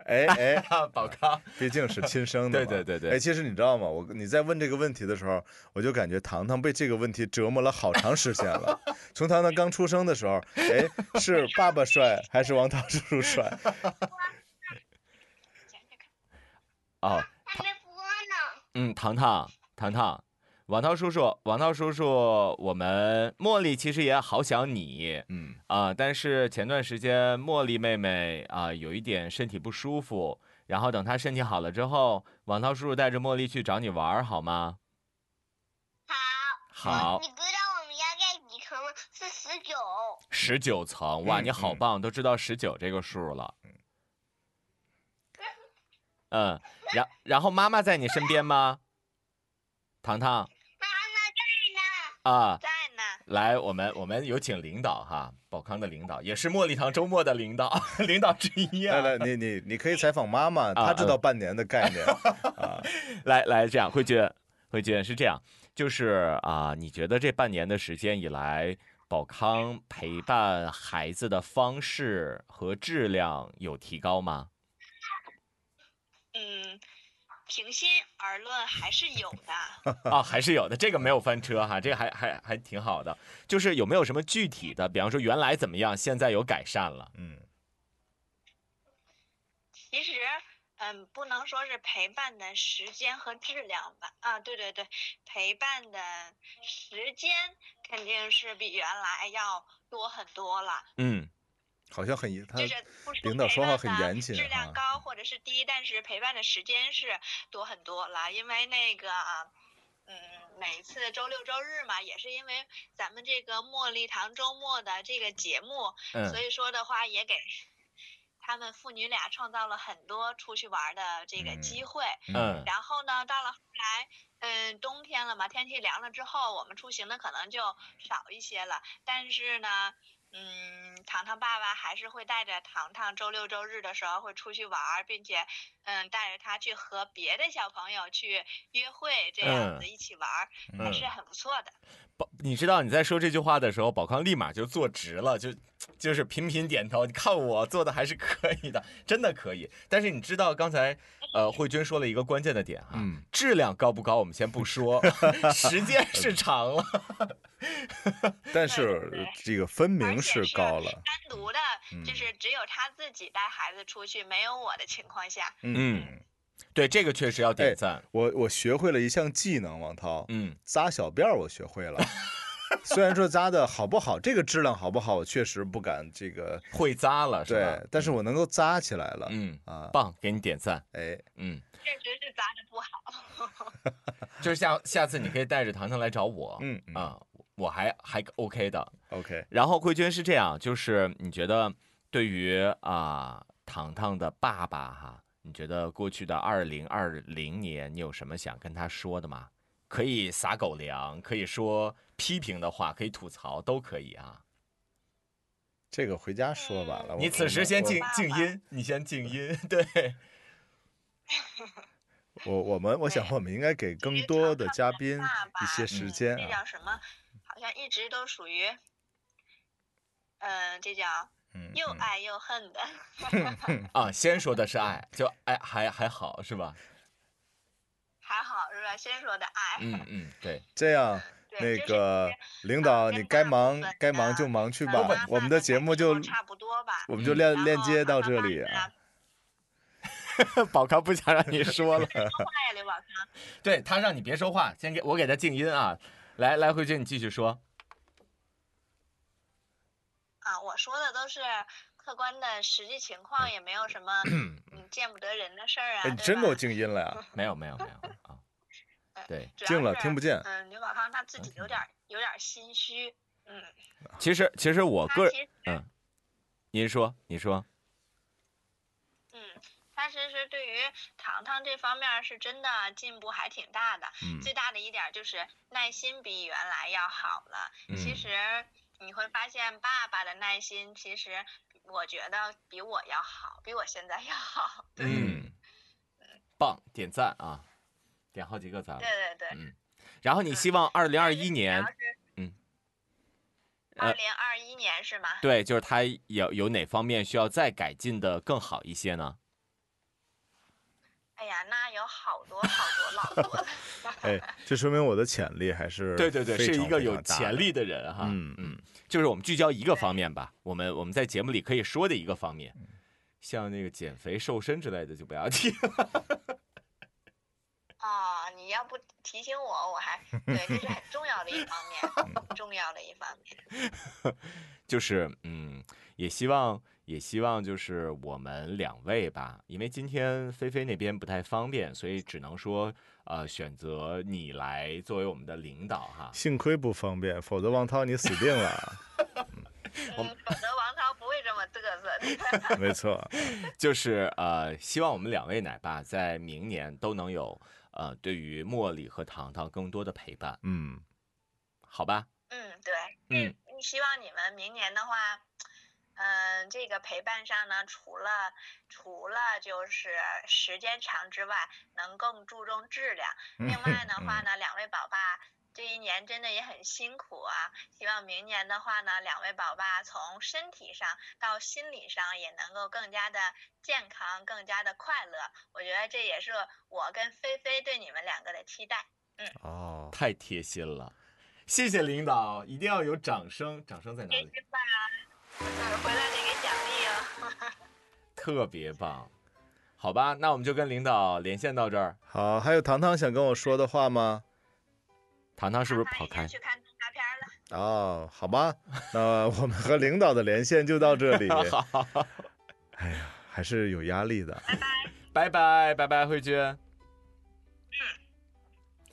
Speaker 4: 哎哎，
Speaker 3: 啊，宝康，
Speaker 4: 毕竟是亲生的
Speaker 3: <laughs> 对
Speaker 4: 嘛。
Speaker 3: 对对
Speaker 4: 哎，
Speaker 3: 对，
Speaker 4: 其实你知道吗？我你在问这个问题的时候，我就感觉糖糖被这个问题折磨了好长时间了。从糖糖刚出生的时候，哎，是爸爸帅还是王涛叔叔帅？
Speaker 5: 讲讲看，
Speaker 3: 哦，
Speaker 1: 还没播呢。
Speaker 3: 嗯，糖糖，糖糖，王涛叔叔，王涛叔叔，我们茉莉其实也好想你 <laughs>
Speaker 4: 嗯，
Speaker 3: 啊、但是前段时间茉莉妹妹啊、有一点身体不舒服，然后等她身体好了之后，王涛叔叔带着茉莉去找你玩儿好吗？
Speaker 1: 好，啊
Speaker 3: 好
Speaker 1: 你，不知道我们要盖几层吗？是十九。
Speaker 3: 十九层，哇，
Speaker 4: 嗯
Speaker 3: 你好
Speaker 4: 嗯
Speaker 3: 棒，都知道十九这个数了。嗯，然然后妈妈在你身边吗？糖糖
Speaker 1: 妈妈在呢。
Speaker 3: 啊，
Speaker 5: 在呢，
Speaker 3: 来，我们我们有请领导哈，宝康的领导也是茉莉堂周末的领导， <laughs> 领导之一啊。嗯
Speaker 4: 来来，你你你可以采访妈妈，她知道半年的概念啊。
Speaker 3: 来来，这样，慧君，慧君是这样，就是啊，你觉得这半年的时间以来，宝康陪伴孩子的方式和质量有提高吗？
Speaker 5: 嗯，平心而论还是有的。
Speaker 3: 啊，还是有的，这个没有翻车哈，这个还还还挺好的。就是有没有什么具体的，比方说原来怎么样，现在有改善了？
Speaker 4: 嗯
Speaker 5: 其实，嗯，不能说是陪伴的时间和质量吧。啊，对对对，陪伴的时间肯定是比原来要多很多了。
Speaker 3: 嗯，
Speaker 4: 好像很严，他
Speaker 5: 就是不是
Speaker 4: 呃领导
Speaker 5: 陪
Speaker 4: 说话
Speaker 5: 伴
Speaker 4: 很
Speaker 5: 的
Speaker 4: 严谨啊
Speaker 5: 质
Speaker 4: 哈
Speaker 5: 量高或者是低，但是陪伴的时间是多很多了，因为那个啊。嗯，每次周六周日嘛，也是因为咱们这个茉莉堂周末的这个节目，
Speaker 3: 嗯
Speaker 5: 所以说的话也给他们父女俩创造了很多出去玩的这个
Speaker 4: 嗯
Speaker 5: 机会。
Speaker 3: 嗯
Speaker 5: 然后呢，到了后来，嗯，冬天了嘛，天气凉了之后，我们出行的可能就少一些了。但是呢，嗯，糖糖爸爸还是会带着糖糖周六周日的时候会出去玩儿，并且，嗯，带着他去和别的小朋友去约会，这样
Speaker 3: 嗯
Speaker 5: 子一起玩儿，还是很不错的。
Speaker 3: 宝，你知道你在说这句话的时候，宝康立马就坐直了，就就是频频点头。你看我做的还是可以的，真的可以。但是你知道刚才呃慧君说了一个关键的点哈、啊
Speaker 4: 嗯
Speaker 3: 质量高不高我们先不
Speaker 4: <laughs>
Speaker 3: 说，时间是长了。
Speaker 4: 但
Speaker 5: 对
Speaker 4: 是
Speaker 5: 对
Speaker 4: 这个分明
Speaker 5: 而且
Speaker 4: 是
Speaker 5: 是
Speaker 4: 高了。嗯
Speaker 5: 单独的，就是只有他自己带孩子出去，没有我的情况下，
Speaker 3: 嗯，对，这个确实要点
Speaker 4: 哎
Speaker 3: 赞。
Speaker 4: 我我学会了一项技能，王涛，
Speaker 3: 嗯
Speaker 4: 扎小辫儿我学会了。 <laughs> 虽然说扎的好不好，这个质量好不好，我确实不敢这个
Speaker 3: 会扎了是吧
Speaker 4: 对，？但是我能够扎起来了。
Speaker 3: 嗯，
Speaker 4: 啊，
Speaker 3: 棒，给你点赞。
Speaker 4: 哎，
Speaker 3: 嗯。
Speaker 5: 确实是咱的不好。
Speaker 3: 就是下下次你可以带着糖糖来找我，
Speaker 4: 嗯嗯
Speaker 3: 啊，我还还 OK 的。
Speaker 4: ，OK，
Speaker 3: 然后慧君是这样，就是你觉得对于啊、糖糖的爸爸哈，你觉得过去的二零二零年你有什么想跟他说的吗？可以撒狗粮，可以说批评的话，可以吐槽，都可以啊。
Speaker 4: 这个回家说
Speaker 5: 嗯
Speaker 4: 吧了。
Speaker 3: 你
Speaker 4: 我
Speaker 3: 此时先静
Speaker 5: 爸爸
Speaker 3: 静音，你先静音，对，
Speaker 4: 我我我们我想我们应该给更多的嘉宾
Speaker 5: 爸爸
Speaker 4: 一些时间
Speaker 5: 嗯这
Speaker 4: 啊
Speaker 5: 叫。什么？好像一直都属于，嗯、这叫
Speaker 4: 嗯，
Speaker 5: 又
Speaker 4: 嗯
Speaker 5: 爱又恨的。 <laughs>
Speaker 3: 啊，先说的是爱，就爱还还好是吧？
Speaker 5: 还好是吧？先说的爱，
Speaker 3: 嗯嗯，对，
Speaker 4: 这样。
Speaker 5: 对
Speaker 4: 那
Speaker 5: 这是
Speaker 4: 个领
Speaker 5: 嗯
Speaker 4: 导，
Speaker 5: 跟
Speaker 4: 你
Speaker 5: 大
Speaker 4: 该
Speaker 5: 部
Speaker 4: 忙
Speaker 5: 分
Speaker 4: 该忙就
Speaker 5: 的
Speaker 4: 忙去
Speaker 5: 爸
Speaker 4: 吧
Speaker 5: 爸呃妈，
Speaker 4: 我
Speaker 5: 妈
Speaker 4: 们
Speaker 5: 的
Speaker 4: 节目
Speaker 5: 感
Speaker 4: 就
Speaker 5: 受差不多吧。
Speaker 4: 我们就
Speaker 3: 嗯
Speaker 4: 链
Speaker 5: 然
Speaker 4: 链
Speaker 5: 后
Speaker 4: 接到
Speaker 5: 爸
Speaker 4: 这
Speaker 5: 爸
Speaker 4: 里
Speaker 5: 是
Speaker 4: 啊。
Speaker 3: <laughs> 宝康不想让你说了。
Speaker 5: 坏了吧？
Speaker 3: 对他让你别说话，先给我给他静音啊。来来，慧君你继续说。
Speaker 5: 啊，我说的都是客观的实际情况，也没有什么嗯见不得人的事儿啊。
Speaker 4: 哎，你
Speaker 5: 对
Speaker 4: 真给
Speaker 5: 吧
Speaker 4: 我静音了呀？
Speaker 3: 没有没有没有啊，
Speaker 5: 呃
Speaker 3: 对，
Speaker 5: <laughs> 主
Speaker 4: 静
Speaker 5: 要
Speaker 4: 了，
Speaker 5: 是
Speaker 4: 听不见。
Speaker 5: 嗯，刘宝康他自己有点儿有点儿心虚，嗯，
Speaker 3: 其实其实我
Speaker 5: 他
Speaker 3: 个人
Speaker 5: 其实
Speaker 3: 嗯，您说您说，
Speaker 5: 嗯，他其实对于糖糖这方面儿是真的进步还挺大的，
Speaker 4: 嗯
Speaker 5: 最大的一点儿就是耐心比原来要好了。其
Speaker 3: 嗯
Speaker 5: 实你会发现，爸爸的耐心其实我觉得比我要好，比我现在要好。对
Speaker 3: 嗯，棒，点赞啊，点好几个赞了
Speaker 5: 对。呃对对，
Speaker 3: 然后你希望二零二一年，嗯，呃
Speaker 5: 二零二一年是吗？
Speaker 3: 对，就是他有有哪方面需要再改进的更好一些呢？
Speaker 5: 哎呀，那有好多好多老婆的
Speaker 4: 哎，这说明我的潜力还是
Speaker 3: 对对对，
Speaker 4: 非
Speaker 3: 是一
Speaker 4: 常
Speaker 3: 个
Speaker 4: 非
Speaker 3: 有
Speaker 4: 常大
Speaker 3: 潜
Speaker 4: 的。
Speaker 3: 力的人哈。
Speaker 4: 嗯嗯，
Speaker 3: 就是我们聚焦一个方面吧，我们我们在节目里可以说的一个方面，像那个减肥、瘦身之类的就不要提。
Speaker 5: 啊、你要不提醒我，我还对，这是很重要的一方面，很重要的一方面。
Speaker 3: 就是嗯，也希望也希望就是我们两位吧，因为今天菲菲那边不太方便，所以只能说呃选择你来作为我们的领导哈。
Speaker 4: 幸亏不方便，否则王涛你死定了。
Speaker 5: 嗯，否则王涛不会这么嘚瑟的。
Speaker 4: 没错，
Speaker 3: 就是呃，希望我们两位奶爸在明年都能有呃对于茉莉和糖糖更多的陪伴，
Speaker 5: <laughs>
Speaker 4: 嗯，
Speaker 3: 好吧？
Speaker 5: 嗯，对，
Speaker 3: 嗯，
Speaker 5: 嗯希望你们明年的话，嗯、这个陪伴上呢，除了除了就是时间长之外，能更注重质量。另 <laughs> 外的
Speaker 3: 嗯
Speaker 5: 话呢，两位宝爸这一年真的也很辛苦啊，希望明年的话呢，两位宝爸从身体上到心理上也能够更加的健康，更加的快乐。我觉得这也是我跟菲菲对你们两个的期待。
Speaker 4: 哦，
Speaker 3: 太贴心了，谢谢领导，一定要有掌声，掌声在哪里？
Speaker 5: 嗯，回来得给奖励哦。
Speaker 3: 特别棒，好吧，那我们就跟领导连线到这儿。
Speaker 4: <laughs> 好，还有糖糖想跟我说的话吗？
Speaker 3: 糖糖是不是
Speaker 5: 他
Speaker 3: 跑
Speaker 5: 已
Speaker 3: 开
Speaker 5: 经？去看动画片了。
Speaker 4: 哦，好吧，那我们和领导的连线就到这里。
Speaker 3: <laughs> 好，
Speaker 4: 哎呀，还是有压
Speaker 3: <laughs>
Speaker 4: 力的。
Speaker 3: 拜拜拜拜，慧君。嗯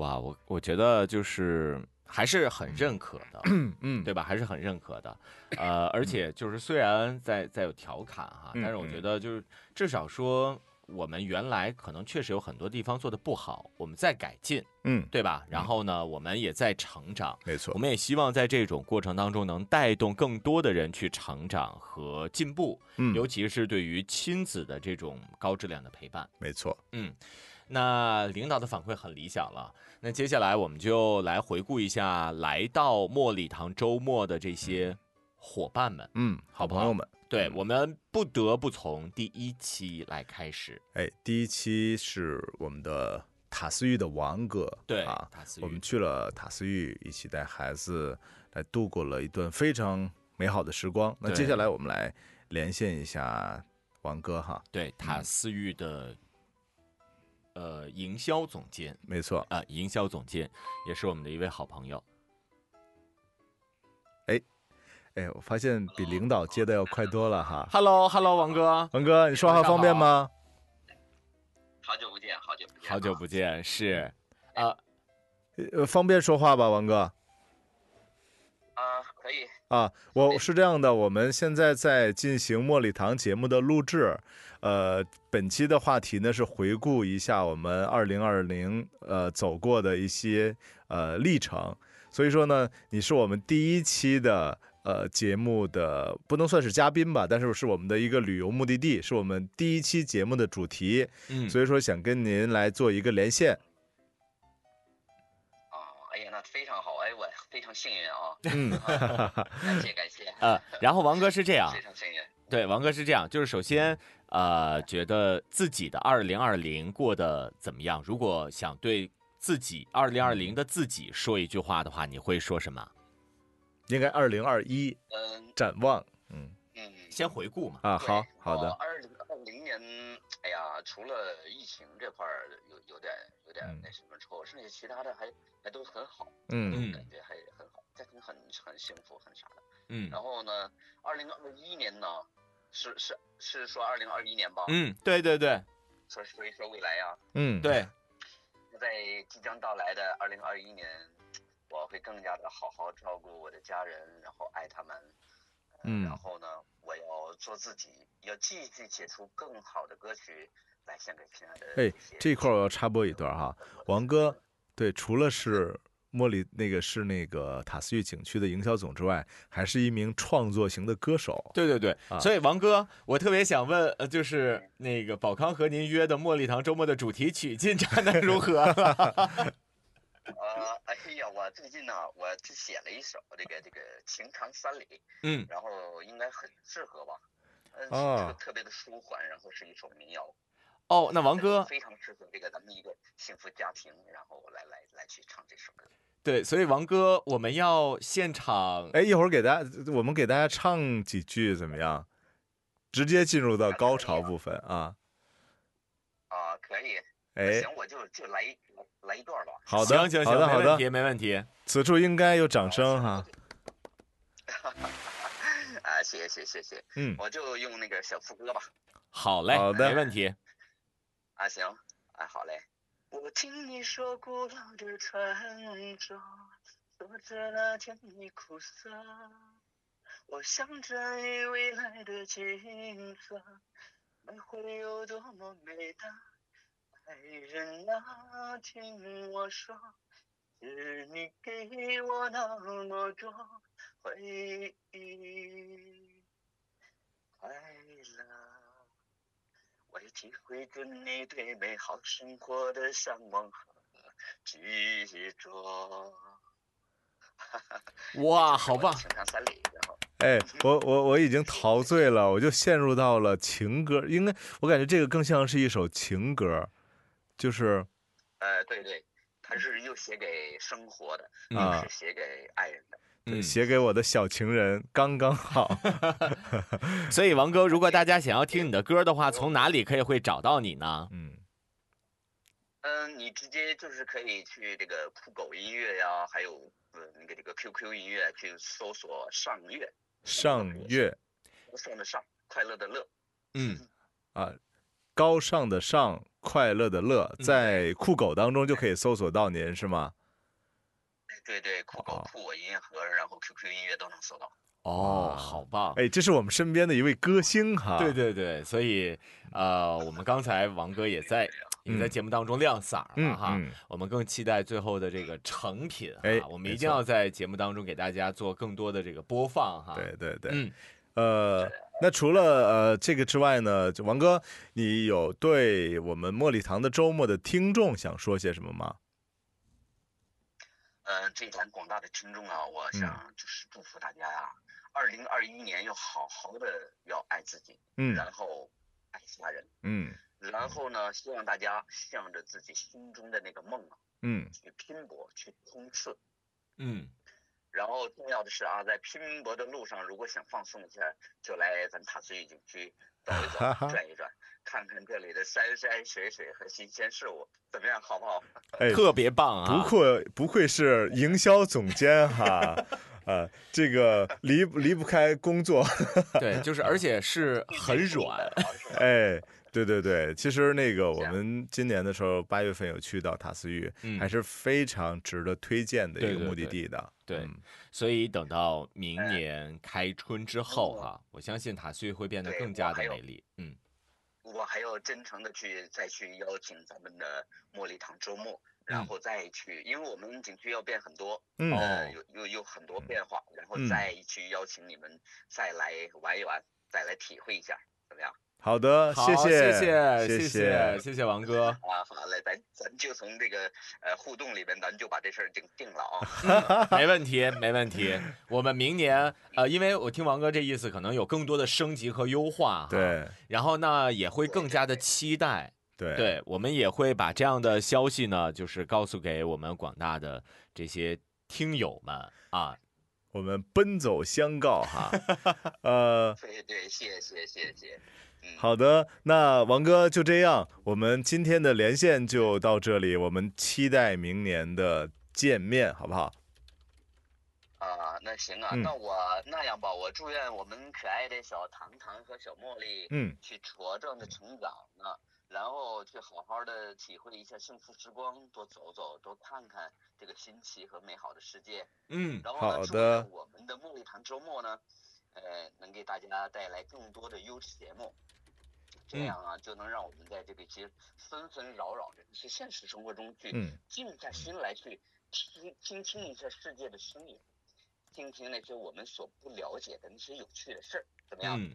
Speaker 3: 哇，我我觉得就是还是很认可 <clears throat> 的，
Speaker 4: 嗯，
Speaker 3: 对吧？还是很认可的。呃，而且就是虽然在在有调侃哈，
Speaker 4: 嗯
Speaker 3: 但是我觉得就是至少说我们原来可能确实有很多地方做的不好，我们在改进，
Speaker 4: 嗯，
Speaker 3: 对吧？然后呢，我们也在成长。
Speaker 4: 没错
Speaker 3: 我。们也希望在这种过程当中，能带动更多的人去成长和进步，
Speaker 4: 嗯，
Speaker 3: 尤其是对于亲子的这种高质量的陪伴。
Speaker 4: 没错。
Speaker 3: 嗯，那领导的反馈很理想了。那接下来我们就来回顾一下来到茉莉堂周末的这些伙伴们。
Speaker 4: 嗯，
Speaker 3: 好不好
Speaker 4: 朋友们，
Speaker 3: 对我们不得不从第一期来开始。
Speaker 4: 哎，第一期是我们的塔斯玉的王哥，
Speaker 3: 对
Speaker 4: 啊，
Speaker 3: 塔斯玉
Speaker 4: 我们去了塔斯玉，一起带孩子来度过了一段非常美好的时光。那
Speaker 3: 对
Speaker 4: 接下来我们来连线一下王哥哈，
Speaker 3: 对塔思域的、呃营销总监
Speaker 4: 没错，
Speaker 3: 啊、营销总监也是我们的一位好朋友。
Speaker 4: 哎，我发现比领导接的要快多了哈。
Speaker 3: Hello，Hello，王哥。
Speaker 4: 王哥，你说话
Speaker 3: 晚上
Speaker 4: 方便
Speaker 3: 好 <laughs>
Speaker 4: 吗？
Speaker 6: 好久不见，好久不见，
Speaker 3: 好久不见，是，呃，
Speaker 4: 呃，方便说话吧，王哥。
Speaker 6: 啊、可以，
Speaker 4: 啊，我是这样的，我们现在在进行茉莉堂节目的录制，呃，本期的话题呢是回顾一下我们二零二零呃走过的一些呃历程，所以说呢，你是我们第一期的呃节目的不能算是嘉宾吧，但是是我们的一个旅游目的地，是我们第一期节目的主题，
Speaker 3: 嗯，
Speaker 4: 所以说想跟您来做一个连线，
Speaker 6: 哦，哎呀，那非常好，哎，我非常幸运
Speaker 3: <laughs>
Speaker 4: 嗯，
Speaker 6: 啊，感谢感谢，
Speaker 3: 呃，啊然后王哥是这样，
Speaker 6: 非常幸运，
Speaker 3: 对，王哥是这样，就是首先，呃，觉得自己的二零二零过得怎么样？如果想对自己二零二零的自己说一句话的话，你会说什么？
Speaker 4: 应该二零二一
Speaker 6: 嗯
Speaker 4: 展望，嗯
Speaker 6: 嗯，
Speaker 3: 先回顾嘛，
Speaker 4: 啊，好好的，
Speaker 6: 二零二零年，哎呀，除了疫情这块儿有有点有
Speaker 3: 嗯
Speaker 6: 点那什么之后，剩下其他的还还都很好，
Speaker 4: 嗯
Speaker 3: 嗯
Speaker 6: 感觉还很好，家庭很很幸福，很啥的。
Speaker 3: 嗯
Speaker 6: 然后呢，二零二一年呢，是是是说二零二一年吧，
Speaker 3: 嗯，对对对
Speaker 6: 说说一说未来呀、
Speaker 4: 嗯，， <laughs>
Speaker 3: 对，
Speaker 6: 在即将到来的二零二一年，我会更加的好好照顾我的家人，然后爱他们。呃
Speaker 4: 嗯
Speaker 6: 然后呢，我要做自己，要继续写出更好的歌曲来献给亲爱的呃
Speaker 4: 哎
Speaker 6: 这些。，
Speaker 4: 这块儿我要插播一段哈，王哥，对，除了是茉莉那个是那个塔斯玉景区的营销总之外，还是一名创作型的歌手。
Speaker 3: 对对对，
Speaker 4: 啊
Speaker 3: 所以王哥，我特别想问，呃，就是那个宝康和您约的茉莉堂周末的主题曲进展的如何 <laughs> 了？
Speaker 6: 呃，哎呀，我最近呢、我只写了一首这个这个《情长三里》，
Speaker 3: 嗯，
Speaker 6: 然后应该很适合吧。嗯、
Speaker 4: 哦
Speaker 6: 特特别的舒缓，然后是一首民谣。
Speaker 3: 哦，那王哥，
Speaker 7: 非常适合这个咱们一个幸福家庭，然后我来来来去唱这首歌。
Speaker 3: 对，所以王哥，我们要现场，
Speaker 4: 哎，一会儿给大家，我们给大家唱几句怎么样？直接进入到高潮部分啊！
Speaker 7: 啊，可以，
Speaker 4: 哎，
Speaker 7: 行，我就就来一来一段吧。
Speaker 4: 好
Speaker 3: 行
Speaker 4: 的，
Speaker 3: 行
Speaker 4: 好
Speaker 3: 行，
Speaker 4: 的，
Speaker 3: 没
Speaker 4: 好
Speaker 3: 问题，
Speaker 4: 的，
Speaker 3: 没问题。
Speaker 4: 此处应该有掌声哈。
Speaker 7: <laughs> 啊，谢谢谢谢谢谢，
Speaker 4: 嗯，
Speaker 7: 我就用那个小副歌吧。
Speaker 3: 好嘞，
Speaker 4: 好的
Speaker 3: 没问题。
Speaker 7: 啊，行，啊，好嘞。我听你说古老的传说，说着那甜蜜苦涩。我想着你未来的景色，那会有多么美的爱人啊，听我说，是你给我那么多回忆，快乐。我也体会着你对美好生活的向往和执着。
Speaker 3: 哇，好
Speaker 7: 吧，
Speaker 3: 棒！
Speaker 7: 请上三里，然后
Speaker 4: 哎，我我我已经陶醉了，我就陷入到了情歌，应该我感觉这个更像是一首情歌，就是
Speaker 7: 呃，对对，他是又写给生活的，
Speaker 3: 嗯
Speaker 7: 又是写给爱人的。
Speaker 3: 嗯，
Speaker 4: 写给我的小情人，刚刚好。 <laughs>
Speaker 3: 所以王哥，如果大家想要听你的歌的话，从哪里可以会找到你呢？
Speaker 4: 嗯，
Speaker 7: 嗯，你直接就是可以去这个酷狗音乐呀，还有呃那个这个 QQ 音乐去搜索上乐，
Speaker 4: 上月
Speaker 7: 上的上，快乐的乐。
Speaker 3: 嗯，
Speaker 4: 啊，高尚的尚，快乐的乐，
Speaker 3: 嗯
Speaker 4: 在酷狗当中就可以搜索到您是吗？
Speaker 7: 对对，酷狗
Speaker 4: 哦、
Speaker 7: 酷我音盒，然后 QQ 音乐都能搜到。
Speaker 3: 哦
Speaker 4: 哇，
Speaker 3: 好棒。啊
Speaker 4: 哎，这是我们身边的一位歌星哈。
Speaker 3: 对对对，所以呃，我们刚才王哥也在也在
Speaker 4: 嗯
Speaker 3: 节目当中亮嗓儿
Speaker 4: 嗯
Speaker 3: 了哈。
Speaker 4: 嗯
Speaker 3: 我们更期待最后的这个成品
Speaker 4: 哎
Speaker 3: 哈，我们
Speaker 4: 没
Speaker 3: 一定
Speaker 4: 错
Speaker 3: 要在节目当中给大家做更多的这个播放哈。
Speaker 4: 对对对，
Speaker 3: 嗯，
Speaker 4: 呃，那除了呃这个之外呢，就王哥，你有对我们茉莉堂的周末的听众想说些什么吗？
Speaker 7: 嗯，这咱广大的听众啊，
Speaker 3: 嗯
Speaker 7: 我想就是祝福大家呀、二零二一年要好好的要爱自己，
Speaker 4: 嗯
Speaker 7: 然后爱家人，
Speaker 4: 嗯
Speaker 7: 然后呢，希望大家向着自己心中的那个梦啊
Speaker 4: 嗯
Speaker 7: 去拼搏，去冲刺。
Speaker 3: 嗯，
Speaker 7: 然后重要的是啊，在拼搏的路上，如果想放松一下，就来咱塔斯玉景区走一走， <laughs> 转一转，看看这里的山山水水和新鲜事物，怎么样，好不好？
Speaker 4: 哎
Speaker 3: 特别棒啊！
Speaker 4: 不愧不愧是营销总监哈，
Speaker 3: <laughs>
Speaker 4: 呃，这个离离不开工作，
Speaker 3: 对， <laughs> 就是而且是 <laughs> 很软，
Speaker 7: 啊
Speaker 3: <laughs>
Speaker 4: 哎，对对对，其实那个我们今年的时候八月份有去到塔斯玉，
Speaker 3: 啊嗯
Speaker 4: 还是非常值得推荐的一
Speaker 3: 对
Speaker 4: 个
Speaker 3: 对
Speaker 4: 目的
Speaker 3: 对
Speaker 4: 地的。
Speaker 3: 对
Speaker 4: 嗯
Speaker 3: 所以等到明年开春之后哈、我相信塔西会变得
Speaker 7: 对
Speaker 3: 更
Speaker 7: 我
Speaker 3: 加
Speaker 7: 还
Speaker 3: 的
Speaker 7: 有
Speaker 3: 美丽。嗯，
Speaker 7: 我还要真诚的去再去邀请咱们的茉莉堂周末，然
Speaker 3: 嗯
Speaker 7: 后再去，因为我们景区要变很多，
Speaker 4: 嗯
Speaker 7: 呃，
Speaker 3: 哦
Speaker 7: 有有有很多变化，然后
Speaker 4: 嗯
Speaker 7: 再去邀请你们再来玩一玩，再来体会一下，怎么样？
Speaker 4: 好的，
Speaker 3: 好，
Speaker 4: 呃谢
Speaker 3: 谢
Speaker 4: 谢
Speaker 3: 谢谢谢谢王
Speaker 7: <laughs>
Speaker 3: 哥。
Speaker 7: 啊，好嘞，咱咱就从这个呃互动里边，咱就把这事儿定定了啊。
Speaker 3: 没问题，没问题。我们明年，呃，因为我听王哥这意思，可能有更多的升级和优化哈。。
Speaker 4: 对
Speaker 3: 然后呢，也会更加的期待。
Speaker 4: 对
Speaker 3: 对，我们也会把这样的消息呢，就是告诉给我们广大的这些听友们啊。
Speaker 4: 我们奔走相告哈。
Speaker 3: <laughs>
Speaker 4: 呃，
Speaker 7: 对对，谢谢谢谢，嗯，
Speaker 4: 好的，那王哥就这样，我们今天的连线就到这里，我们期待明年的见面，好不好？
Speaker 7: 啊，那行啊，
Speaker 4: 嗯
Speaker 7: 那我那样吧，我祝愿我们可爱的小糖糖和小茉莉，
Speaker 4: 嗯，
Speaker 7: 去茁壮的成长呢，然后去好好的体会一下幸福时光，多走走，多看看这个新奇和美好的世界。
Speaker 3: 嗯，
Speaker 7: 然后呢，
Speaker 4: 好
Speaker 7: 祝
Speaker 4: 的
Speaker 7: 愿我们的茉莉堂周末呢，呃，能给大家带来更多的优质节目。这
Speaker 3: 嗯
Speaker 7: 样啊，就能让我们在这个一些纷纷扰扰的一些现实生活中去，
Speaker 4: 嗯，
Speaker 7: 静下心来去听听听一下世界的声音，听听那些我们所不了解的那些有趣的事儿，怎么样？
Speaker 3: 嗯，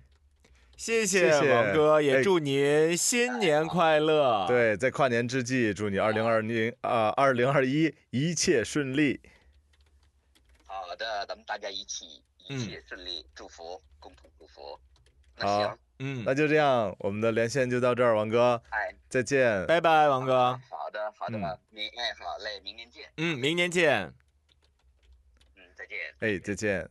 Speaker 3: 谢
Speaker 4: 谢谢
Speaker 3: 王哥，也
Speaker 4: 哎
Speaker 3: 祝您新年快乐。，
Speaker 4: 对，在跨年之际，祝你二零二零啊二零二一一切顺利。
Speaker 7: 好的，咱们大家一起一
Speaker 3: 嗯
Speaker 7: 切顺利，祝福，共同祝福。那行
Speaker 4: 好，
Speaker 3: 嗯
Speaker 4: 那，就这样，我们的连线就到这儿，王哥，
Speaker 6: 哎，
Speaker 4: 再见。
Speaker 3: 拜拜，王哥。
Speaker 6: 好的好
Speaker 4: 嗯
Speaker 6: 的，明哎好嘞，明天见，
Speaker 3: 嗯，明年见。
Speaker 6: 嗯，再见。
Speaker 4: 哎，再见。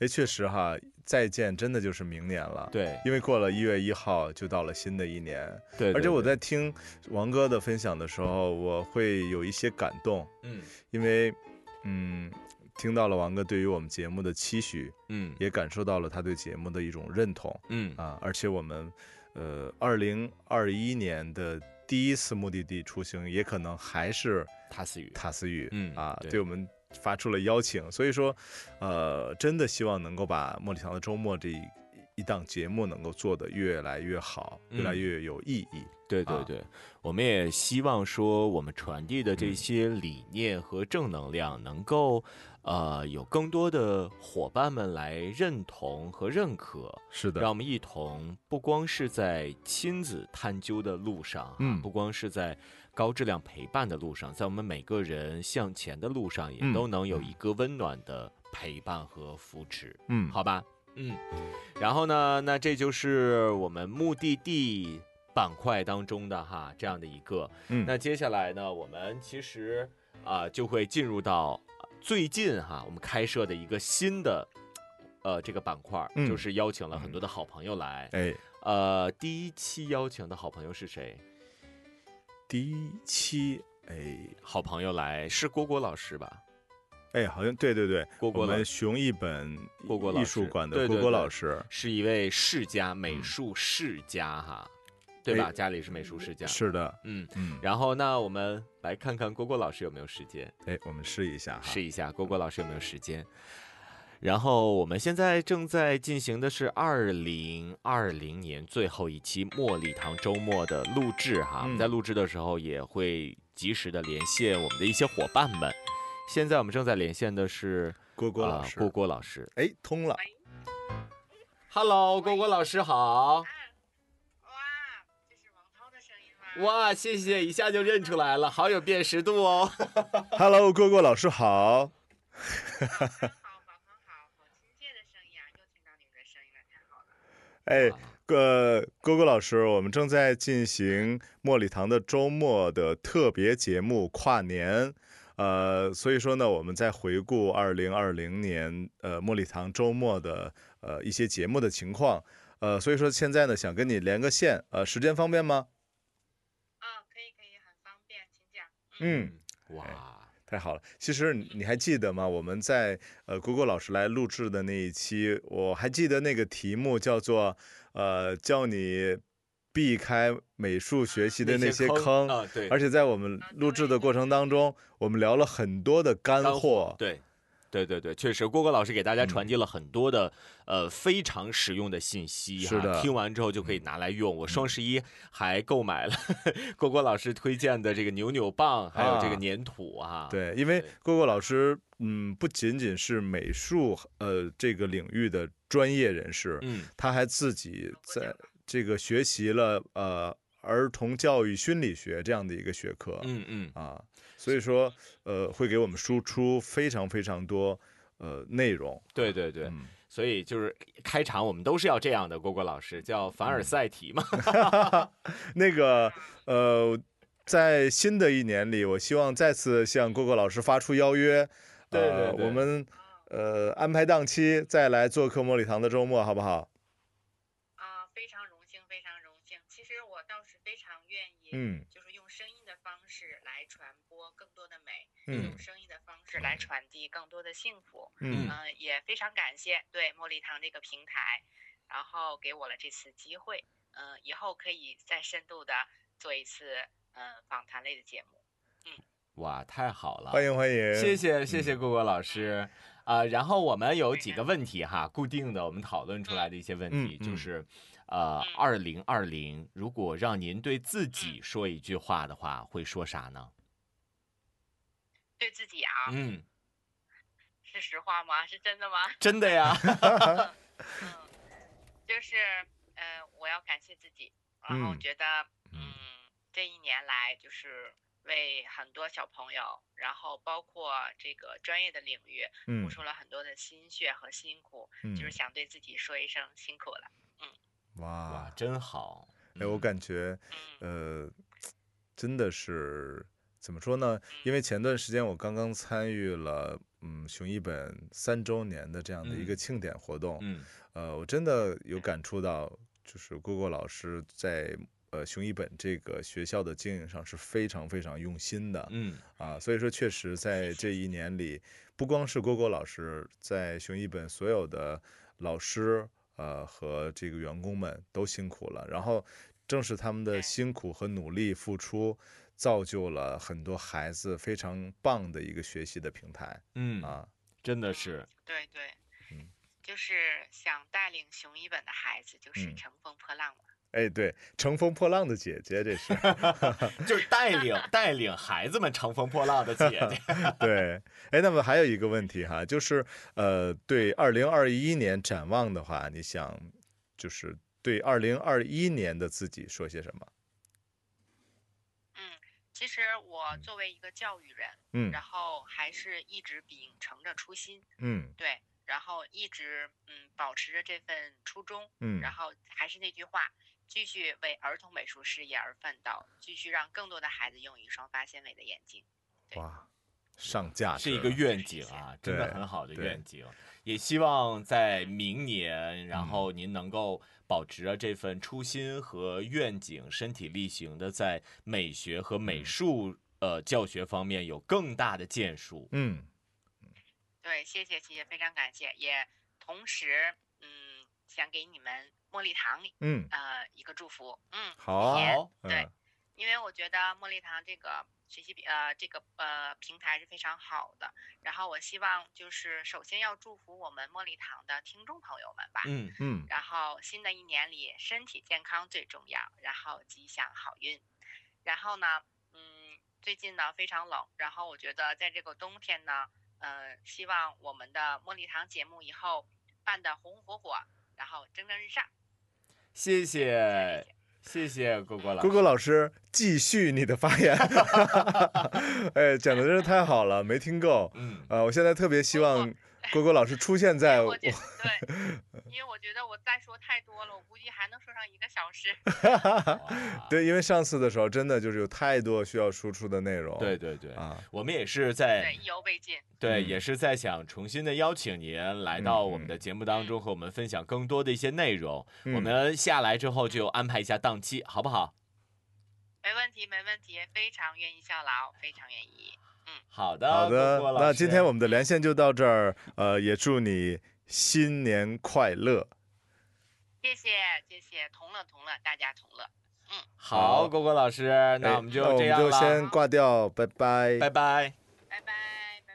Speaker 4: 哎，确实哈，再见真的就是明年了。，
Speaker 3: 对
Speaker 4: 因为过了一月一号就到了新的一年，
Speaker 3: 对，
Speaker 4: 而且
Speaker 3: 对
Speaker 4: 我
Speaker 3: 对
Speaker 4: 在听王哥的分享的时候，我会有一些感动，
Speaker 3: 嗯
Speaker 4: 因为嗯，听到了王哥对于我们节目的期许，
Speaker 3: 嗯
Speaker 4: 也感受到了他对节目的一种认同
Speaker 3: 嗯
Speaker 4: 啊。而且我们呃，二零二一年的第一次目的地出行，也可能还是
Speaker 3: 塔斯语。
Speaker 4: 塔斯语，
Speaker 3: 嗯
Speaker 4: 啊，
Speaker 3: 对
Speaker 4: 对我们发出了邀请，所以说，呃，真的希望能够把《茉莉堂的周末》这一一档节目能够做得越来越好，越来
Speaker 3: 嗯
Speaker 4: 越有意义。
Speaker 3: 对对
Speaker 4: 啊嗯
Speaker 3: 对，我们也希望说，我们传递的这些理念和正能量，能够呃有更多的伙伴们来认同和认可。
Speaker 4: 是
Speaker 3: 让我们一同，不光是在亲子探究的路上、啊，
Speaker 4: 嗯
Speaker 3: 不光是在高质量陪伴的路上，在我们每个人向前的路上，也
Speaker 4: 嗯
Speaker 3: 都能有一个温暖的陪伴和扶持，
Speaker 4: 嗯，，
Speaker 3: 好吧？嗯，然后呢，那这就是我们目的地板块当中的哈这样的一个。
Speaker 4: 嗯，
Speaker 3: 那接下来呢，我们其实啊、就会进入到呃最近哈、我们开设的一个新的呃这个板块儿，
Speaker 4: 嗯
Speaker 3: 就是邀请了很多的好朋友来。
Speaker 4: 哎，
Speaker 3: 呃，第一期邀请的好朋友是谁？
Speaker 4: 第一期，哎
Speaker 3: 好朋友来是郭郭老师吧？
Speaker 4: 哎，好像对对对，
Speaker 3: 郭郭
Speaker 4: 我
Speaker 3: 老
Speaker 4: 们熊一本
Speaker 3: 郭郭老
Speaker 4: 艺
Speaker 3: 师
Speaker 4: 术馆的
Speaker 3: 对
Speaker 4: 郭
Speaker 3: 对
Speaker 4: 郭
Speaker 3: 对
Speaker 4: 老师，
Speaker 3: 是一位世家美
Speaker 4: 嗯
Speaker 3: 术世家哈，对吧？
Speaker 4: 哎
Speaker 3: 家里是美术世家。。
Speaker 4: 是的，
Speaker 3: 嗯，
Speaker 4: 嗯，
Speaker 3: 然后那我们来看看郭郭老师有没有时间。
Speaker 4: 哎，我们试一下哈，
Speaker 3: 试一下，郭郭老师有没有时间？然后我们现在正在进行的是二零二零年最后一期茉莉堂周末的录制哈，我们
Speaker 4: 嗯
Speaker 3: 在录制的时候也会及时的连线我们的一些伙伴们。现在我们正在连线的是
Speaker 4: 郭郭老
Speaker 3: 呃
Speaker 4: 师，
Speaker 3: 郭郭老师。
Speaker 4: 哎，通了，
Speaker 3: Hello，郭郭老师好！
Speaker 5: 哇，这是王涛的声音吗？
Speaker 3: 哇，谢谢，一下就认出来了，好有辨识度哦。
Speaker 4: Hello，郭郭老师好，
Speaker 5: 晚上好，晚上好，好亲切的声音啊，又听到你们的声音了，太好了。
Speaker 4: 哎
Speaker 3: 哇，
Speaker 4: 呃，郭郭老师，我们正在进行茉莉堂的周末的特别节目跨年，呃，所以说呢，我们在回顾二零二零年呃茉莉堂周末的呃一些节目的情况，呃，所以说现在呢想跟你连个线，呃，时间方便吗？
Speaker 5: 嗯，可以可以，很方便，请讲。
Speaker 4: 嗯，，
Speaker 3: 哇，
Speaker 4: 太好了。其实你你还记得吗？我们在呃郭郭老师来录制的那一期，我还记得那个题目叫做呃教你避开美术学习的那些坑。
Speaker 3: 啊，对，
Speaker 4: 而且在我们录制的过程当中，我们聊了很多的干
Speaker 3: 干
Speaker 4: 货。
Speaker 3: 对，对对对，确实，郭郭老师给大家传
Speaker 4: 嗯
Speaker 3: 递了很多的、呃非常实用的信息哈、
Speaker 4: 是的嗯
Speaker 3: 听完之后就可以拿来用。我双十一还购买了郭郭老师推荐的这个牛扭棒，还有这个
Speaker 4: 啊
Speaker 3: 粘土啊。
Speaker 4: 对，因为
Speaker 3: 对
Speaker 4: 郭郭老师，嗯，不仅仅是美术呃这个领域的专业人士，
Speaker 3: 嗯，
Speaker 4: 他还自己在这个学习了呃儿童教育心理学这样的一个学科。
Speaker 3: 嗯嗯
Speaker 4: 啊，所以说呃会给我们输出非常非常多呃内容。
Speaker 3: 对对对，
Speaker 4: 嗯 <laughs>
Speaker 3: 所以就是开场我们都是要这样的，郭郭老师叫凡
Speaker 4: 嗯
Speaker 3: 尔赛题嘛。
Speaker 4: 那个呃，在新的一年里，我希望再次向郭郭老师发出邀约，
Speaker 3: 对对
Speaker 4: 呃
Speaker 3: 对
Speaker 4: 我们呃安排档期再来做客茉莉堂的周末，好不好？
Speaker 5: 啊，非常荣幸，非常荣幸。其实我倒是非常愿意，
Speaker 4: 嗯，
Speaker 5: 就是用声音的方式来传播更多的美，
Speaker 4: 嗯
Speaker 5: 用声音的方式来传递更多的幸福。
Speaker 4: 嗯
Speaker 5: 嗯、也非常感谢对茉莉堂这个平台，然后给我了这次机会。嗯、以后可以再深度的做一次嗯、呃访谈类的节目。
Speaker 3: 哇，太好了！
Speaker 4: 欢迎欢迎，
Speaker 3: 谢谢谢谢郭郭老师啊、然后我们有几个问题哈，固定的我们讨论出来的一些问题、
Speaker 4: 嗯嗯
Speaker 3: 就是，呃，二零二零，如果让您对自己说一句话的话，会说啥
Speaker 4: 嗯
Speaker 3: 呢？
Speaker 5: 对自己啊，
Speaker 3: 嗯，
Speaker 5: 是实话吗？是真的吗？
Speaker 3: 真的
Speaker 4: <laughs>
Speaker 3: 呀，
Speaker 5: 嗯，就是呃，我要感谢自己，然后
Speaker 4: 嗯
Speaker 5: 觉得嗯，这一年来就是为很多小朋友，然后包括这个专业的领域，
Speaker 4: 嗯
Speaker 5: 付出了很多的心血和辛苦，
Speaker 4: 嗯
Speaker 5: 就是想对自己说一声辛苦了。嗯，
Speaker 3: 哇
Speaker 4: 哇，，
Speaker 3: 啊真好！
Speaker 4: 哎，我
Speaker 3: 嗯
Speaker 4: 感觉，呃，真的是怎么说呢？因为前段时间我刚刚参与了，嗯，熊一本三周年的这样的一个
Speaker 3: 嗯
Speaker 4: 庆典活动，
Speaker 3: 嗯
Speaker 4: 呃，我真的有感触到，就是郭郭老师在呃熊一本这个学校的经营上是非常非常用心的，
Speaker 3: 嗯
Speaker 4: 啊，所以说确实在这一年里，不光是郭郭老师，在熊一本所有的老师呃和这个员工们都辛苦了，然后正是他们的辛苦和努力付出，造就了很多孩子非常棒的一个学习的平台
Speaker 3: 嗯
Speaker 4: 啊，
Speaker 3: 真的是，
Speaker 8: 对对，
Speaker 4: 嗯
Speaker 8: 就是想带领熊一本的孩子，就是
Speaker 4: 嗯
Speaker 8: 乘风破浪嘛。
Speaker 4: 哎，对，乘风破浪的姐姐，这是
Speaker 3: 就是带领带领孩子们乘风破浪的姐姐。
Speaker 4: <laughs> 对，哎，那么还有一个问题哈，就是呃，对二零二一年展望的话，你想就是对二零二一年的自己说些什么？
Speaker 8: 其实我作为一个教育人，
Speaker 4: 嗯
Speaker 8: 然后还是一直秉承着初心，
Speaker 4: 嗯
Speaker 8: 对，然后一直嗯保持着这份初衷，
Speaker 4: 嗯
Speaker 8: 然后还是那句话，继续为儿童美术事业而奋斗，继续让更多的孩子拥有一双发现美的眼睛。
Speaker 4: 哇，上价
Speaker 3: 是
Speaker 4: 值
Speaker 3: 一个
Speaker 4: 了
Speaker 3: 愿景啊，真的
Speaker 4: 对
Speaker 3: 很好的
Speaker 4: 对
Speaker 3: 愿景。也希望在明年，然后您能够保持着这份初心和愿景，身体力行的在美学和美术呃教学方面有更大的建树。
Speaker 4: 嗯
Speaker 8: 对，谢谢谢谢，非常感谢，也同时嗯想给你们茉莉堂
Speaker 4: 嗯，
Speaker 8: 呃一个祝福，嗯。
Speaker 4: 好啊，
Speaker 3: 好
Speaker 8: 对
Speaker 4: 嗯
Speaker 8: 因为我觉得茉莉堂这个学习呃这个呃平台是非常好的，然后我希望就是首先要祝福我们茉莉堂的听众朋友们吧，
Speaker 3: 嗯，
Speaker 4: 嗯，
Speaker 8: 然后新的一年里身体健康最重要，然后吉祥好运，然后呢，嗯，最近呢非常冷，然后我觉得在这个冬天呢，呃，希望我们的茉莉堂节目以后办得红红火火，然后蒸蒸日上，
Speaker 3: 谢
Speaker 8: 谢
Speaker 3: 谢
Speaker 8: 谢。
Speaker 3: 谢谢郭郭老师，
Speaker 4: 郭郭老师继续你的发言， <laughs> 哎，讲的真是太好了，没听够。
Speaker 3: 嗯，
Speaker 4: 呃，我现在特别希望郭郭老师出现在
Speaker 8: 因为
Speaker 4: 我
Speaker 8: 哎我觉对，
Speaker 4: <laughs>
Speaker 8: 因为我觉得我再说太多了，我估计还能说上一个小
Speaker 4: <laughs>
Speaker 8: 时。
Speaker 3: 啊 <laughs> 哇
Speaker 4: 对，因为上次的时候真的就是有太多需要输出的内容。
Speaker 3: 对对对，
Speaker 4: 啊，
Speaker 3: 我们也是在
Speaker 8: 对，意犹未尽。
Speaker 3: 对，嗯
Speaker 4: 嗯
Speaker 3: 也是在想重新的邀请您来到我们的节目当中，和我们分享更多的一些内容。
Speaker 4: 嗯
Speaker 3: 我们下来之后就安排一下档期，好不好？
Speaker 8: 没问题，没问题，非常愿意效劳，非常愿意。
Speaker 3: 好的，
Speaker 4: 好的
Speaker 3: 郭郭，老
Speaker 4: 那
Speaker 3: 师
Speaker 4: 今天我们的连线就到这儿，呃，也祝你新年快乐。
Speaker 8: 谢谢，谢谢，同乐同乐，大家同乐。
Speaker 3: 好，
Speaker 4: 好
Speaker 3: 郭郭老师，那
Speaker 4: 哎
Speaker 3: 我们就这样
Speaker 4: 那我们就
Speaker 3: 了，
Speaker 4: 先挂掉，拜拜。
Speaker 3: 拜拜。嗯
Speaker 8: 拜拜，拜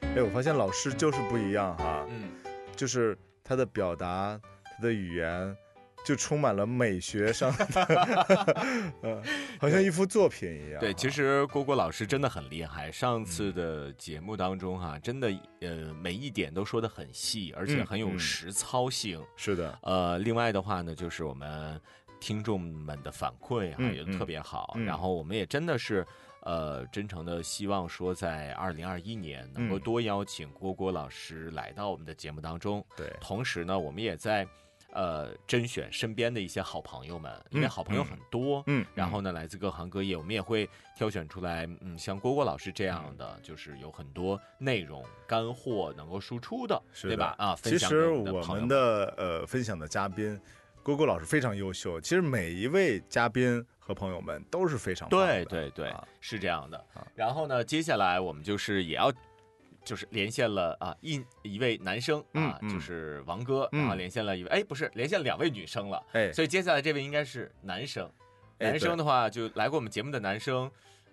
Speaker 8: 拜。
Speaker 4: 哎，我发现老师就是不一样哈，
Speaker 3: 嗯，
Speaker 4: 就是他的表达，他的语言。就充满了美
Speaker 3: <laughs>
Speaker 4: 学上 <laughs> 的，嗯，好像一幅作品一样哈。啊
Speaker 3: 对，其实郭郭老师真的很厉害。上
Speaker 4: 嗯
Speaker 3: 次的节目当中哈、真的呃每一点都说的很细，而且
Speaker 4: 嗯
Speaker 3: 很有
Speaker 4: 嗯
Speaker 3: 实操性。
Speaker 4: 是的，
Speaker 3: 呃，另外的话呢，就是我们听众们的反馈啊，
Speaker 4: 嗯
Speaker 3: 也都特别好，
Speaker 4: 嗯嗯
Speaker 3: 然后我们也真的是。呃，真诚的希望说，在二零二一年能够
Speaker 4: 嗯
Speaker 3: 多邀请郭郭老师来到我们的节目当中。
Speaker 4: 对，
Speaker 3: 同时呢，我们也在，呃，甄选身边的一些好朋友们，因为
Speaker 4: 嗯
Speaker 3: 好朋友
Speaker 4: 嗯
Speaker 3: 很多，
Speaker 4: 嗯，
Speaker 3: 然后呢，来自各行各业，我们也会挑选出来，嗯，像郭郭老师这
Speaker 4: 嗯
Speaker 3: 样的，就是有很多内容干货能够输出的，
Speaker 4: 是
Speaker 3: 对吧？
Speaker 4: 的
Speaker 3: 啊，分
Speaker 4: 其
Speaker 3: 享
Speaker 4: 实
Speaker 3: 给
Speaker 4: 我
Speaker 3: 朋友
Speaker 4: 们
Speaker 3: 们
Speaker 4: 的呃分享的嘉宾，郭郭老师非常优秀。其实每一位嘉宾和朋友们都是非常棒
Speaker 3: 对
Speaker 4: 的
Speaker 3: 对对
Speaker 4: 啊，
Speaker 3: 是这样的
Speaker 4: 啊。
Speaker 3: 然后呢，接下来我们就是也要。就是连线了啊一一位男生啊，
Speaker 4: 嗯嗯
Speaker 3: 就是王哥，
Speaker 4: 嗯
Speaker 3: 然后连线了一位，哎，不是连线了两位女生了，
Speaker 4: 哎，
Speaker 3: 所以接下来这位应该是男生。
Speaker 4: 哎
Speaker 3: 男生
Speaker 4: 对
Speaker 3: 的话，就来过我们节目的男生，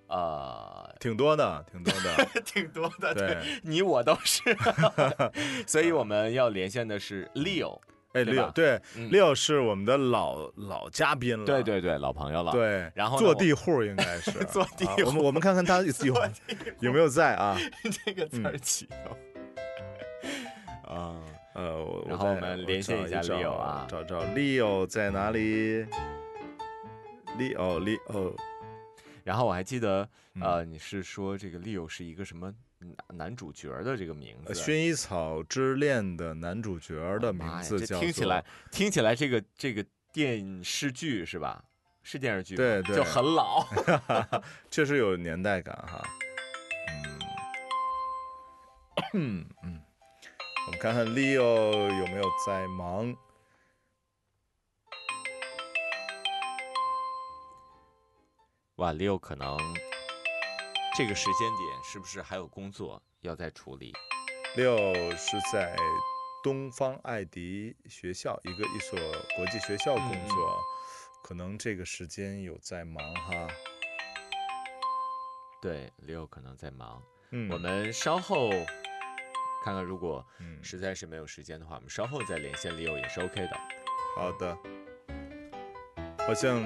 Speaker 3: 呃，
Speaker 4: 挺多的，挺多的。
Speaker 3: <laughs> 挺多的，嗯
Speaker 4: 对，
Speaker 3: 你我都 <laughs> 是。所以我们要连线的是 Leo，
Speaker 4: 哎，
Speaker 3: 对吧
Speaker 4: 六对
Speaker 3: 嗯
Speaker 4: 六是我们的老老嘉宾了，
Speaker 3: 对对对，老朋友了。
Speaker 4: 对，
Speaker 3: 然后呢
Speaker 4: 坐
Speaker 3: 我
Speaker 4: 地户应该是
Speaker 3: <laughs> 坐地
Speaker 4: 啊我们我们看看他有
Speaker 3: 坐地
Speaker 4: 有没有在啊？
Speaker 3: <laughs> 这个词儿
Speaker 4: 嗯
Speaker 3: 起头。 <laughs> 啊，
Speaker 4: 呃，我
Speaker 3: 然后
Speaker 4: 再
Speaker 3: 我们连线
Speaker 4: 找
Speaker 3: 一下
Speaker 4: 找
Speaker 3: Leo 啊
Speaker 4: 找找 Leo 在哪里？Leo Leo，
Speaker 3: 然后我还记得，
Speaker 4: 嗯
Speaker 3: 呃，你是说这个 Leo 是一个什么男男主角的这个名字
Speaker 4: 呃，。薰衣草之恋的男主角的名
Speaker 3: 哦妈呀
Speaker 4: 字
Speaker 3: 这
Speaker 4: 叫
Speaker 3: 听起
Speaker 4: 做
Speaker 3: 来听起来这个这个电视剧是吧？是电视剧吗，
Speaker 4: 对对
Speaker 3: 就很老。
Speaker 4: <laughs>
Speaker 3: <laughs>
Speaker 4: 确实有年代感哈。嗯，嗯，我们看看 Leo 有没有在忙。
Speaker 3: 哇，六可能这个时间点是不是还有工作要在处理？
Speaker 4: Leo 是在东方艾迪学校一个一所国际学校工
Speaker 3: 嗯嗯
Speaker 4: 作，可能这个时间有在忙哈。
Speaker 3: 对，六可能在忙。
Speaker 4: 嗯，
Speaker 3: 我们稍后看看，如果
Speaker 4: 嗯
Speaker 3: 实在是没有时间的话，我们稍后再连线 Leo 也是 OK 的。
Speaker 4: 好的，好像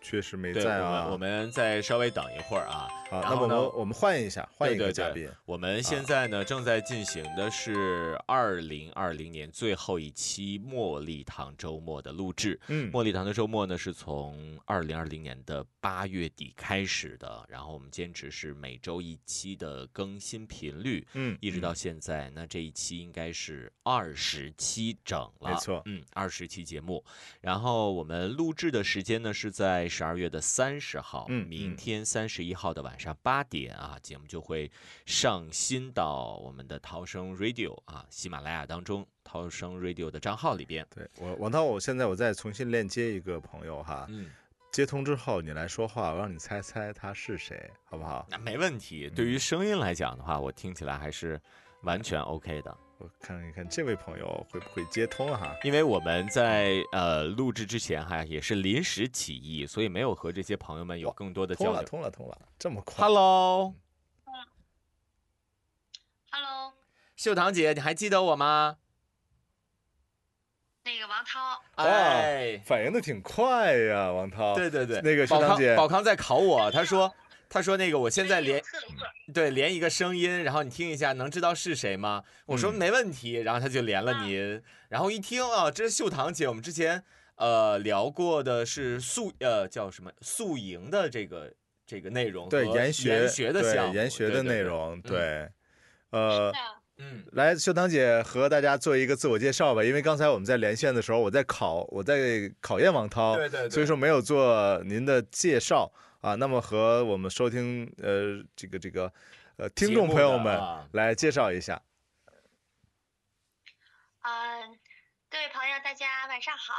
Speaker 4: 确实没
Speaker 3: 对，
Speaker 4: 在
Speaker 3: 我
Speaker 4: 啊。
Speaker 3: 们我们再稍微等一会儿啊。
Speaker 4: 好，
Speaker 3: 然
Speaker 4: 那
Speaker 3: 后
Speaker 4: 我
Speaker 3: 呢
Speaker 4: 们我们换一下，换
Speaker 3: 对
Speaker 4: 一个
Speaker 3: 对
Speaker 4: 嘉
Speaker 3: 对，
Speaker 4: 宾。
Speaker 3: 我们
Speaker 4: 啊
Speaker 3: 现在呢、正在进行的是二零二零年最后一期茉莉堂周末的录制。
Speaker 4: 嗯，
Speaker 3: 茉莉堂的周末呢，是从二零二零年的八月底开始的，然后我们坚持是每周一期的更新频率，
Speaker 4: 嗯
Speaker 3: 一直到现在。那这一期应该是二十期整了，
Speaker 4: 没错
Speaker 3: 嗯，二十期节目。然后我们录制的时间呢是在十二月的三十号，
Speaker 4: 嗯嗯
Speaker 3: 明天三十一号的晚上八点啊，节目就会上新到我们的涛声 Radio 啊，喜马拉雅当中涛声 Radio 的账号里边。
Speaker 4: 对我，王涛，我现在我再重新链接一个朋友哈，
Speaker 3: 嗯，
Speaker 4: 接通之后你来说话，我让你猜猜他是谁，好不好？
Speaker 3: 那没问题。对于
Speaker 4: 嗯
Speaker 3: 声音来讲的话，我听起来还是完全 OK 的。
Speaker 4: 我看一看这位朋友会不会接通哈。
Speaker 3: 因为我们在呃录制之前哈也是临时起意，所以没有和这些朋友们有
Speaker 4: 哇
Speaker 3: 更多的
Speaker 4: 通
Speaker 3: 交
Speaker 4: 了，
Speaker 3: 流。
Speaker 4: 通了，通了，这么快
Speaker 3: Hello，
Speaker 8: Hello，
Speaker 3: 秀堂姐，你还记得我吗？
Speaker 8: 那个王涛，
Speaker 4: 哇
Speaker 3: 哎，
Speaker 4: 反应的挺快呀，王涛。
Speaker 3: 对对对，
Speaker 4: 那个秀
Speaker 3: 宝
Speaker 4: 堂
Speaker 3: 康
Speaker 4: 姐，
Speaker 3: 宝康在考我，他说他说那个我现在
Speaker 9: 哎
Speaker 3: 连
Speaker 8: 特色
Speaker 3: 对连一个声音，然后你听一下，能知道是谁吗？我说
Speaker 4: 嗯
Speaker 3: 没问题，然后他就连了您，然后一听啊，这是秀堂姐，我们之前呃聊过的是宿呃叫什么宿营的这个这个内容，
Speaker 4: 对研
Speaker 3: 学
Speaker 4: 学
Speaker 3: 学的
Speaker 4: 对
Speaker 3: 项目，
Speaker 4: 研学
Speaker 3: 对对
Speaker 4: 的
Speaker 3: 嗯
Speaker 4: 内
Speaker 3: 对
Speaker 4: 容，
Speaker 3: 对
Speaker 4: 对，呃。
Speaker 3: 嗯，
Speaker 4: 来，秀堂姐和大家做一个自我介绍吧，因为刚才我们在连线的时候，我在考，我在考验王涛，
Speaker 3: 对对对
Speaker 4: 哦所以说没有做您的介绍啊。那么和我们收听呃这个这个呃听众朋友
Speaker 3: 节目
Speaker 4: 们
Speaker 3: 的啊
Speaker 4: 来介绍一下，
Speaker 9: 嗯，各位朋友，大家晚上好。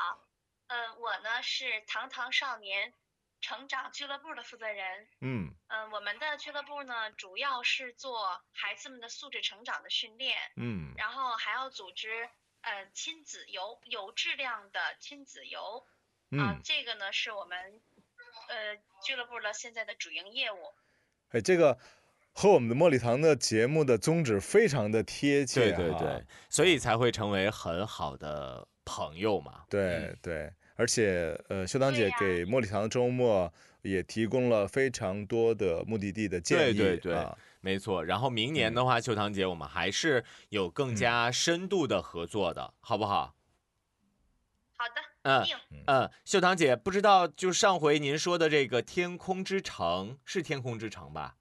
Speaker 9: 呃，我呢是堂堂少年成长俱乐部的负责人。
Speaker 4: 嗯
Speaker 9: 嗯、我们的俱乐部呢，主要是做孩子们的素质成长的训练，
Speaker 4: 嗯
Speaker 9: 然后还要组织呃亲子游，有质量的亲子游。啊、
Speaker 4: 嗯，
Speaker 9: 这个呢是我们呃俱乐部的现在的主营业务。
Speaker 4: 哎，这个和我们的茉莉堂的节目的宗旨非常的贴切
Speaker 3: 对
Speaker 4: 哈，
Speaker 3: 对对，所以才会成为很好的朋友嘛。
Speaker 4: 对对，而且呃，秀堂
Speaker 9: 对
Speaker 4: 姐
Speaker 9: 呀
Speaker 4: 给茉莉堂的周末也提供了非常多的目的地的建
Speaker 3: 对
Speaker 4: 议，
Speaker 3: 对对
Speaker 4: 啊
Speaker 3: 没错，然后明
Speaker 4: 嗯
Speaker 3: 年的话，秀堂姐，我们还是有更加深度的合作的，好不好？
Speaker 9: 好的，
Speaker 3: 嗯
Speaker 9: 定
Speaker 3: 嗯，秀堂姐，不知道就上回您说的这个天空之城是天空之城吧？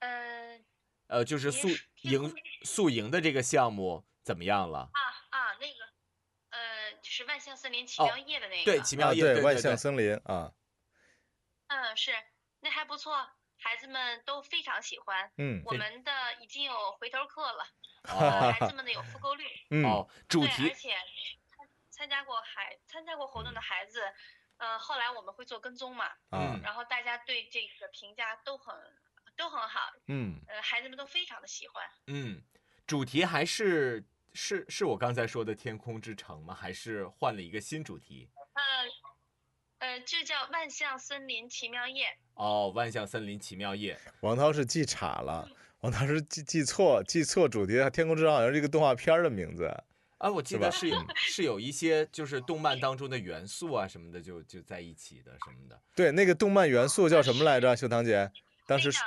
Speaker 9: 嗯、
Speaker 3: 呃，就是
Speaker 9: 您
Speaker 3: 宿
Speaker 9: 是天空
Speaker 3: 营
Speaker 9: 之
Speaker 3: 宿营的这个项目怎么样了？
Speaker 9: 啊啊那个呃就是万象森林奇
Speaker 3: 哦
Speaker 9: 妙夜的那个。
Speaker 3: 对，奇
Speaker 4: 啊，
Speaker 3: 妙夜，对
Speaker 4: 万
Speaker 3: 对
Speaker 4: 象
Speaker 3: 对
Speaker 4: 森林啊，
Speaker 9: 嗯，是，那还不错，孩子们都非常喜欢。
Speaker 4: 嗯
Speaker 9: 我
Speaker 3: 非
Speaker 9: 们的已经有回头客
Speaker 3: <laughs>
Speaker 9: 了，
Speaker 3: 哦
Speaker 9: 呃，孩子们的有复购率，
Speaker 4: 嗯，
Speaker 3: 哦，主
Speaker 9: 对，
Speaker 3: 题
Speaker 9: 而且参参加过孩参加过活动的孩子，呃，后来我们会做跟踪嘛，
Speaker 4: 啊
Speaker 3: 嗯，
Speaker 9: 然后大家对这个评价都很都很好，
Speaker 4: 嗯，
Speaker 9: 呃，孩子们都非常的喜欢。
Speaker 3: 嗯，主题还是是是我刚才说的天空之城吗？还是换了一个新主题？
Speaker 9: 呃，呃，就叫万象森林奇妙夜，
Speaker 3: 哦，万象森林奇妙夜，
Speaker 4: 王涛是记岔了，王涛是记记错记错主题了，《天空之城》好像是一个动画片儿的名字，
Speaker 3: 啊，我记
Speaker 4: 是
Speaker 3: 得
Speaker 4: 吧
Speaker 3: 是有
Speaker 4: 嗯
Speaker 3: 是有一些就是动漫当中的元素啊什么的就就在一起的什么的。
Speaker 4: 对，那个动漫元素叫什么来着？秀堂姐，当
Speaker 9: 那
Speaker 4: 时
Speaker 9: 叫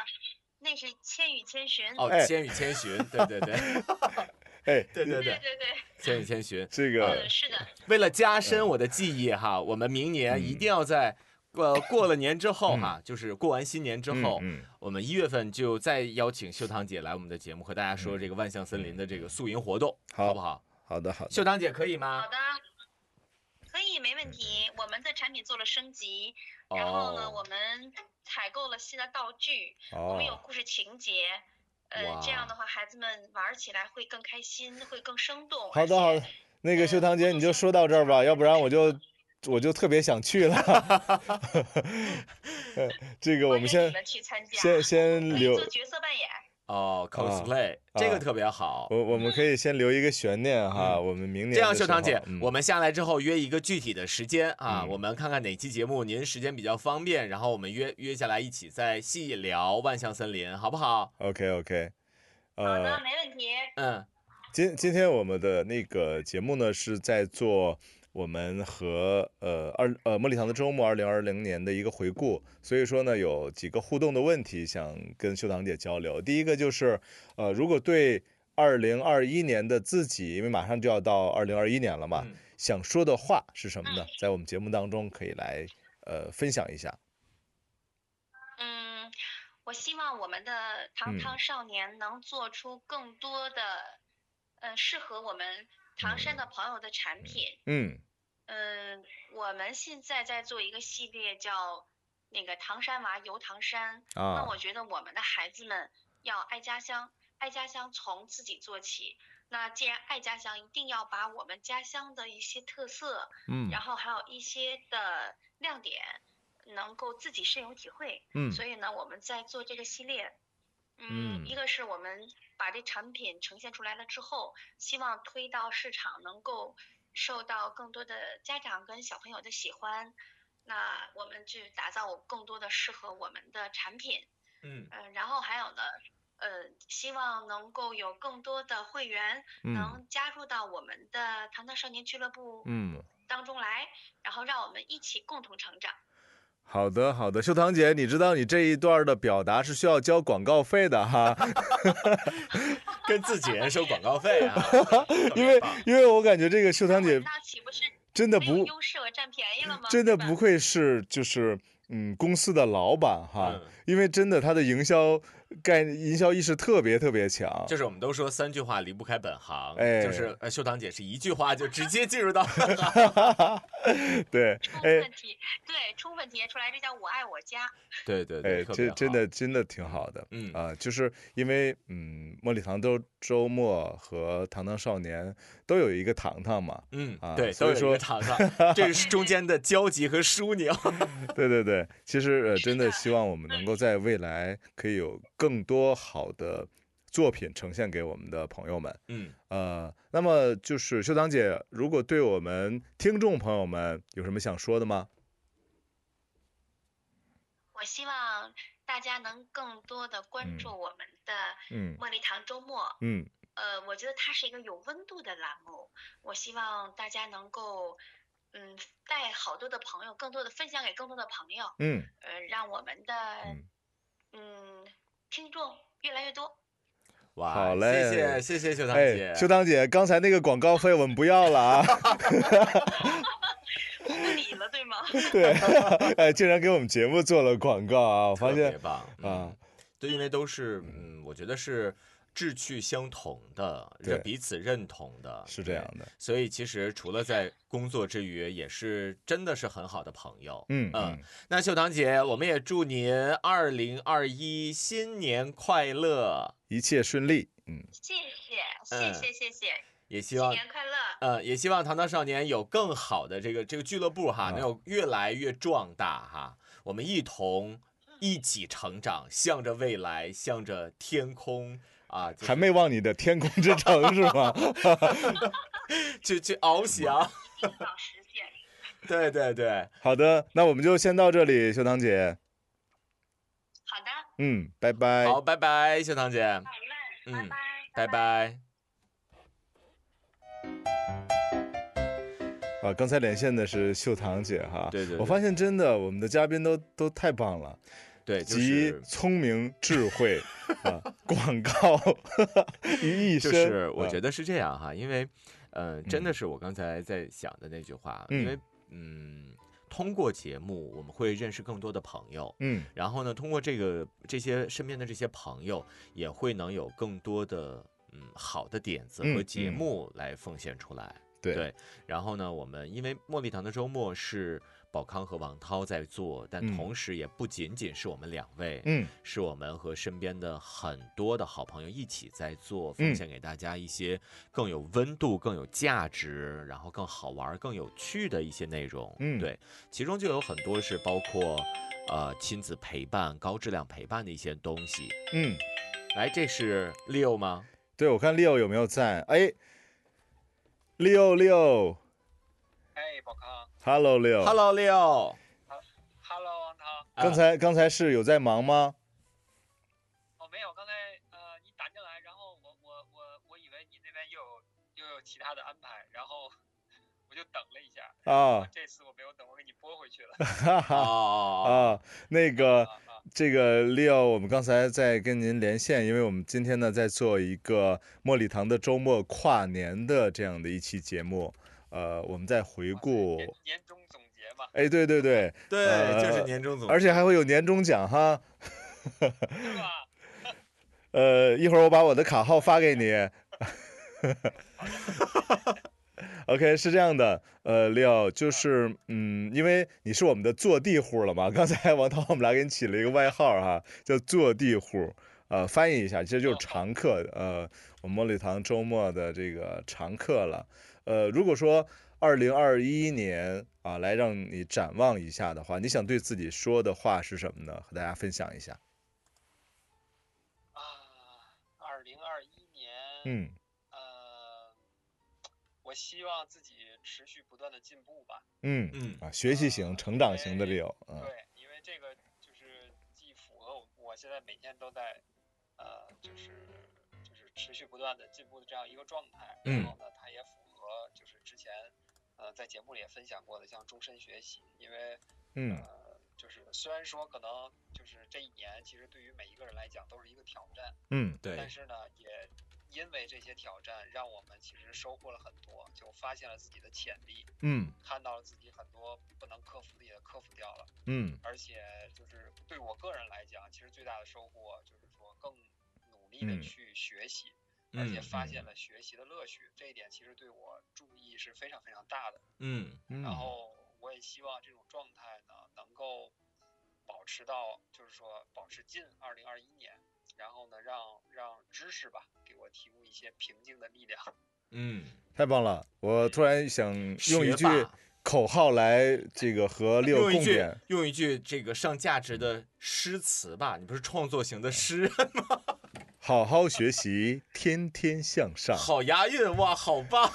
Speaker 9: 那是《千与千寻》
Speaker 3: 哦，
Speaker 4: 哎
Speaker 3: 《千与千寻》，对对对 <laughs>
Speaker 4: 哎，
Speaker 3: 对对
Speaker 9: 对
Speaker 3: 对，《
Speaker 9: 对对，
Speaker 3: 千与千寻》。
Speaker 4: 这个
Speaker 9: 嗯，是的，
Speaker 4: 嗯
Speaker 3: 为了加深我的记忆哈，我们明年一定要在呃，过了年之后哈、就是过完新年之后，
Speaker 4: 嗯
Speaker 3: 我们一月份就再邀请秀堂姐来我们的节目，和大家说这个万象森林的这个宿营活动，
Speaker 4: 嗯好
Speaker 3: 好不好？
Speaker 4: 好的好的，
Speaker 3: 秀堂姐可以吗
Speaker 9: 好？的，可以，没问题。我们的产品做了升级，然后呢，我
Speaker 3: 哦，
Speaker 9: 们采购了新的道具，我们有
Speaker 4: 哦，
Speaker 9: 故事情节。呃，这样的话，孩子们玩起来会更开心，会更生动。
Speaker 4: 好的好的，那个秀堂姐你就说到这儿吧，要不然我就我就特别想去了。 <laughs> 呃这个我
Speaker 9: 我
Speaker 4: 们先
Speaker 9: 你们去参加，
Speaker 4: 先先
Speaker 9: 可以
Speaker 4: 留
Speaker 9: 做角色扮演。
Speaker 4: 啊
Speaker 3: 哦，cosplay、这个特别好。
Speaker 4: 我我们可以先留一个悬念哈，我们明年
Speaker 3: 嗯这样，
Speaker 4: 的
Speaker 3: 秀
Speaker 4: 时
Speaker 3: 堂姐
Speaker 4: 候，嗯
Speaker 3: 我们下来之后约一个具体的时间啊，
Speaker 4: 嗯
Speaker 3: 我们看看哪期节目您时间比较方便，然后我们约约下来一起再细聊万象森林，好不好？
Speaker 4: OK OK，
Speaker 9: 好
Speaker 4: 呃
Speaker 9: 的，，没问题。
Speaker 3: 嗯，
Speaker 4: 今今天我们的那个节目呢是在做我们和呃二呃茉莉堂的周末二零二零年的一个回顾，所以说呢有几个互动的问题想跟秀堂姐交流。第一个就是呃如果对二零二一年的自己，因为马上就要到二零二一年了嘛，
Speaker 3: 嗯
Speaker 4: 想说的话是什么呢？在我们节目当中可以来呃分享一下。
Speaker 9: 嗯，我希望我们的
Speaker 4: 嗯
Speaker 9: 糖糖少年能做出更多的，呃，适合我们唐山的朋友的产品。
Speaker 4: 嗯
Speaker 9: 嗯，我们现在在做一个系列叫那个唐山娃游唐山。那
Speaker 4: 啊
Speaker 9: 我觉得我们的孩子们要爱家乡，爱家乡从自己做起。那既然爱家乡，一定要把我们家乡的一些特色，
Speaker 2: 嗯
Speaker 9: 然后还有一些的亮点，能够自己深有体会。
Speaker 2: 嗯
Speaker 9: 所以呢，我们在做这个系列，嗯，
Speaker 2: 嗯
Speaker 9: 一个是我们把这产品呈现出来了之后，希望推到市场能够受到更多的家长跟小朋友的喜欢。那我们去打造更多的适合我们的产品，
Speaker 3: 嗯，
Speaker 9: 嗯、然后还有呢，呃，希望能够有更多的会员
Speaker 2: 嗯
Speaker 9: 能加入到我们的糖糖少年俱乐部
Speaker 2: 嗯，
Speaker 9: 当中来，然后让我们一起共同成长。
Speaker 4: 好的，好的，秀堂姐，你知道你这一段的表达是需要交广告费
Speaker 3: <laughs>
Speaker 4: 的哈，
Speaker 3: 跟自己人收广告费 <laughs> 啊，
Speaker 4: 因
Speaker 3: 特别 <laughs>
Speaker 4: 为
Speaker 3: 棒
Speaker 4: 因为我感觉这个秀堂姐
Speaker 9: 那岂不是
Speaker 4: 真的
Speaker 9: 没有
Speaker 4: 不
Speaker 9: 优势，我占便宜了吗？
Speaker 4: 真的
Speaker 9: 对吧
Speaker 4: 不愧是就是嗯公司的老板哈，
Speaker 3: 嗯
Speaker 4: 因为真的他的营销概营销意识特别特别强，
Speaker 3: 就是我们都说三句话离不开本行，
Speaker 4: 哎
Speaker 3: 就是呃秀堂姐是一句话就直接进入到
Speaker 4: <laughs>
Speaker 3: <laughs>
Speaker 4: 对，
Speaker 9: 充
Speaker 4: 哎
Speaker 9: 分体对充分体现出来，这叫我爱我家。
Speaker 3: 对对对，
Speaker 4: 哎，
Speaker 3: 特别
Speaker 4: 这
Speaker 3: 好
Speaker 4: 真的真的挺好的。
Speaker 3: 嗯
Speaker 4: 啊，就是因为嗯，茉莉糖都周末和糖糖少年都有一个糖糖嘛，
Speaker 3: 嗯
Speaker 4: 啊
Speaker 3: 对，
Speaker 4: 所
Speaker 3: 都有一
Speaker 4: 以说
Speaker 3: 个场上，这是中间的交集和枢纽。
Speaker 4: 对对对，其实呃，
Speaker 9: 是
Speaker 4: 真的
Speaker 9: 的
Speaker 4: 希望我们能够在未来可以有更多好的作品呈现给我们的朋友们。
Speaker 3: <laughs> 嗯，
Speaker 4: 呃，那么就是秀堂姐，如果对我们听众朋友们有什么想说的吗？
Speaker 9: 我希望大家能更多的关注我们的
Speaker 4: 嗯
Speaker 9: 茉莉堂周末。
Speaker 4: 嗯
Speaker 9: 呃，我觉得它是一个有温度的栏目，我希望大家能够。嗯，带好多的朋友，更多的分享给更多的朋友，
Speaker 4: 嗯
Speaker 9: 呃，让我们的
Speaker 4: 嗯，
Speaker 9: 嗯听众越来越
Speaker 3: <laughs>
Speaker 9: 多。
Speaker 3: 哇，
Speaker 4: 好嘞
Speaker 3: 谢谢谢谢秀堂姐
Speaker 4: 哎，，秀堂姐，刚才那个广告费我们不要了啊， <laughs>
Speaker 9: 我不理了，对吗？ <laughs>
Speaker 4: 对， <laughs> 哎，竟然给我们节目做了广告啊，我发
Speaker 3: 特别
Speaker 4: 现
Speaker 3: 棒嗯
Speaker 4: 啊，，
Speaker 3: 对，因为都是嗯，我觉得是志趣相同的，
Speaker 4: 对
Speaker 3: 彼此认同的，
Speaker 4: 是这
Speaker 3: 对
Speaker 4: 样的，
Speaker 3: 所以其实除了在工作之余，也是真的是很好的朋友。
Speaker 4: 嗯
Speaker 3: 嗯，那秀堂姐，我们也祝您二零二一新年快乐，
Speaker 4: 一切顺利，嗯，
Speaker 9: 谢谢，谢
Speaker 3: 嗯
Speaker 9: 谢，谢谢，
Speaker 3: 也希
Speaker 9: 新
Speaker 3: 望
Speaker 9: 年快乐。
Speaker 3: 呃，也希望糖糖少年有更好的这个这个俱乐部哈，
Speaker 4: 啊
Speaker 3: 能有越来越壮大哈，我们一同一起成长，向着未来，向着天空啊，就是
Speaker 4: 还没忘你的天空之城是吗？
Speaker 3: 去去翱翔。
Speaker 9: 定要实现。
Speaker 3: <laughs> 对对对，
Speaker 4: 好的，那我们就先到这里，秀堂姐。
Speaker 9: 好的，
Speaker 4: 嗯，拜拜。
Speaker 3: 好，拜拜，秀堂姐，
Speaker 9: 好嘞，
Speaker 3: 嗯
Speaker 9: 拜拜。
Speaker 3: 拜拜。
Speaker 4: 啊，刚才连线的是秀堂姐哈。
Speaker 3: 对对对
Speaker 4: 我发现真的，我们的嘉宾都都太棒了，
Speaker 3: 对，就
Speaker 4: 集
Speaker 3: 是
Speaker 4: 聪明、智
Speaker 3: <laughs>
Speaker 4: 慧啊，广告于一
Speaker 3: 就
Speaker 4: 身。啊
Speaker 3: 是，我觉
Speaker 4: 得，
Speaker 3: 得是这呃嗯样哈，因为，嗯、真的是我刚才在想的那句话，因为
Speaker 4: 嗯
Speaker 3: 嗯，通过节目，我们会认识更多的朋友，
Speaker 4: 嗯，
Speaker 3: 然后呢，通过这个这些身边的这些朋友，也会能有更多的嗯好的点子
Speaker 4: 嗯
Speaker 3: 和节
Speaker 4: 嗯
Speaker 3: 目来奉献出来。
Speaker 4: 对
Speaker 3: 对然后呢，我们因为茉莉堂的周末是宝康和王涛在做，但
Speaker 4: 嗯
Speaker 3: 同时也不仅仅是我们两位，
Speaker 4: 嗯
Speaker 3: 是我们和身边的很多的好朋友一起在做，
Speaker 4: 嗯
Speaker 3: 奉献给大家一些更有温度、更有价值，然后更好玩、更有趣的一些内容。
Speaker 4: 嗯
Speaker 3: 对，其中就有很多是包括呃亲子陪伴、高质量陪伴的一些东西。
Speaker 4: 嗯，
Speaker 3: 来，这是 Leo 吗？
Speaker 4: 对，我看 Leo 有没有在？哎，Leo Leo，Hello
Speaker 6: 哎，宝康
Speaker 4: Leo。
Speaker 3: Hello
Speaker 4: <laughs>
Speaker 3: Leo，
Speaker 6: ，Hello，王涛。
Speaker 4: 刚才刚才是有在忙吗？
Speaker 6: 哦，没有，刚才呃你打进来，然后我我我我以为你那边又有又有其他的安排，然后 <laughs> 我就等了一下。
Speaker 4: 啊，
Speaker 6: 这次我没有等，我给你拨回去了。
Speaker 4: 哈
Speaker 3: 哦
Speaker 4: 哈
Speaker 3: 哦
Speaker 4: 啊，那个
Speaker 6: 啊啊
Speaker 4: 这个 Leo，我们刚才在跟您连线，因为我们今天呢在做一个茉莉堂的周末跨年的这样的一期节目，呃，我们在回顾，
Speaker 6: 年年终总结嘛，
Speaker 4: 哎，对对对，
Speaker 3: 哦，对，就是
Speaker 4: 呃
Speaker 3: 年终总结，
Speaker 4: 而且还会有年终奖哈，
Speaker 6: 是吧？
Speaker 4: <laughs> 呃，一会儿我把我的卡号发给你。OK，是这样的，呃，廖，就是，嗯，因为你是我们的坐地户了嘛，刚才王涛我们俩给你起了一个外号哈、叫坐地户，呃，翻译一下，其
Speaker 3: 哦
Speaker 4: 实就是常客，呃，我们茉莉堂周末的这个常客了，呃，如果说二零二一年啊，来让你展望一下的话，你想对自己说的话是什么呢？和大家分享一下，
Speaker 6: 啊，二零二一年，
Speaker 4: 嗯。
Speaker 6: 呃，我希望自己持续不断的进步吧。
Speaker 4: 嗯
Speaker 3: 嗯
Speaker 4: 啊，学习型、成长型的 Leo，嗯
Speaker 6: 对，因为这个就是既符合我我现在每天都在，呃，就是就是持续不断的进步的这样一个状态。
Speaker 3: 嗯
Speaker 6: 然后呢，它也符合就是之前，呃，在节目里也分享过的，像终身学习，因为
Speaker 4: 嗯
Speaker 6: 呃，就是虽然说可能就是这一年，其实对于每一个人来讲都是一个挑战，
Speaker 4: 嗯
Speaker 3: 对
Speaker 6: 但，是呢，也因为这些挑战，让我们其实收获了很多，就发现了自己的潜力，
Speaker 4: 嗯
Speaker 6: 看到了自己很多不能克服的也克服掉了，
Speaker 4: 嗯
Speaker 6: 而且就是对我个人来讲，其实最大的收获就是说更努力的
Speaker 4: 嗯
Speaker 6: 去学习，而且
Speaker 3: 嗯
Speaker 6: 发现
Speaker 4: 嗯
Speaker 6: 了学习的乐趣，这一点其实对我注意是非常非常大的。
Speaker 3: 嗯
Speaker 4: 嗯，
Speaker 6: 然后我也希望这种状态呢能够保持到，就是说保持近二零二一年，然后呢让让知识吧给我提供一些平静的力量。
Speaker 3: 嗯，
Speaker 4: 太棒了！我突然想用一
Speaker 3: 学
Speaker 4: 句
Speaker 3: 霸
Speaker 4: 口号来这个和 Leo
Speaker 3: 用一
Speaker 4: 共
Speaker 3: 句
Speaker 4: 勉，
Speaker 3: 用一句这个上价值的诗词吧，你不是创作型的诗，
Speaker 4: 好好学习，天天向上。
Speaker 3: 好押韵哇，好棒！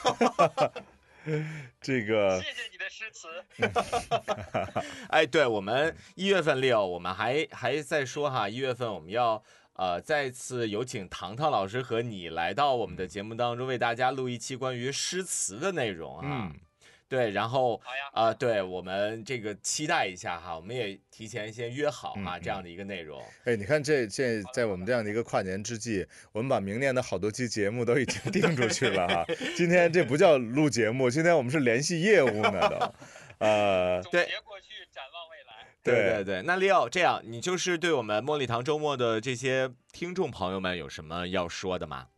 Speaker 4: 这个
Speaker 6: 谢谢你的诗词，
Speaker 3: <laughs> 哎，对我们一月份六，我们还还在说哈，一月份我们要呃再次有请糖糖老师和你来到我们的节目当中，为大家录一期关于诗词的内容啊。
Speaker 4: 嗯
Speaker 3: 对，然后
Speaker 6: 好呀
Speaker 3: 啊、对我们这个期待一下哈，我们也提前先约好哈、
Speaker 4: 嗯嗯
Speaker 3: 这样的一个内容。
Speaker 4: 哎，你看这这，在我们这样的一个跨年之际，我们把明年的好多期节目都已经 <laughs> 定出去了哈。今天这不叫录节目，今天我们是联系业务呢都。呃，
Speaker 6: 总
Speaker 3: 对
Speaker 6: 结过去，展望未来。
Speaker 3: 对对
Speaker 4: 对
Speaker 3: 对，那 Leo 这样，你就是对我们茉莉堂周末的这些听众朋友们有什么要说的吗？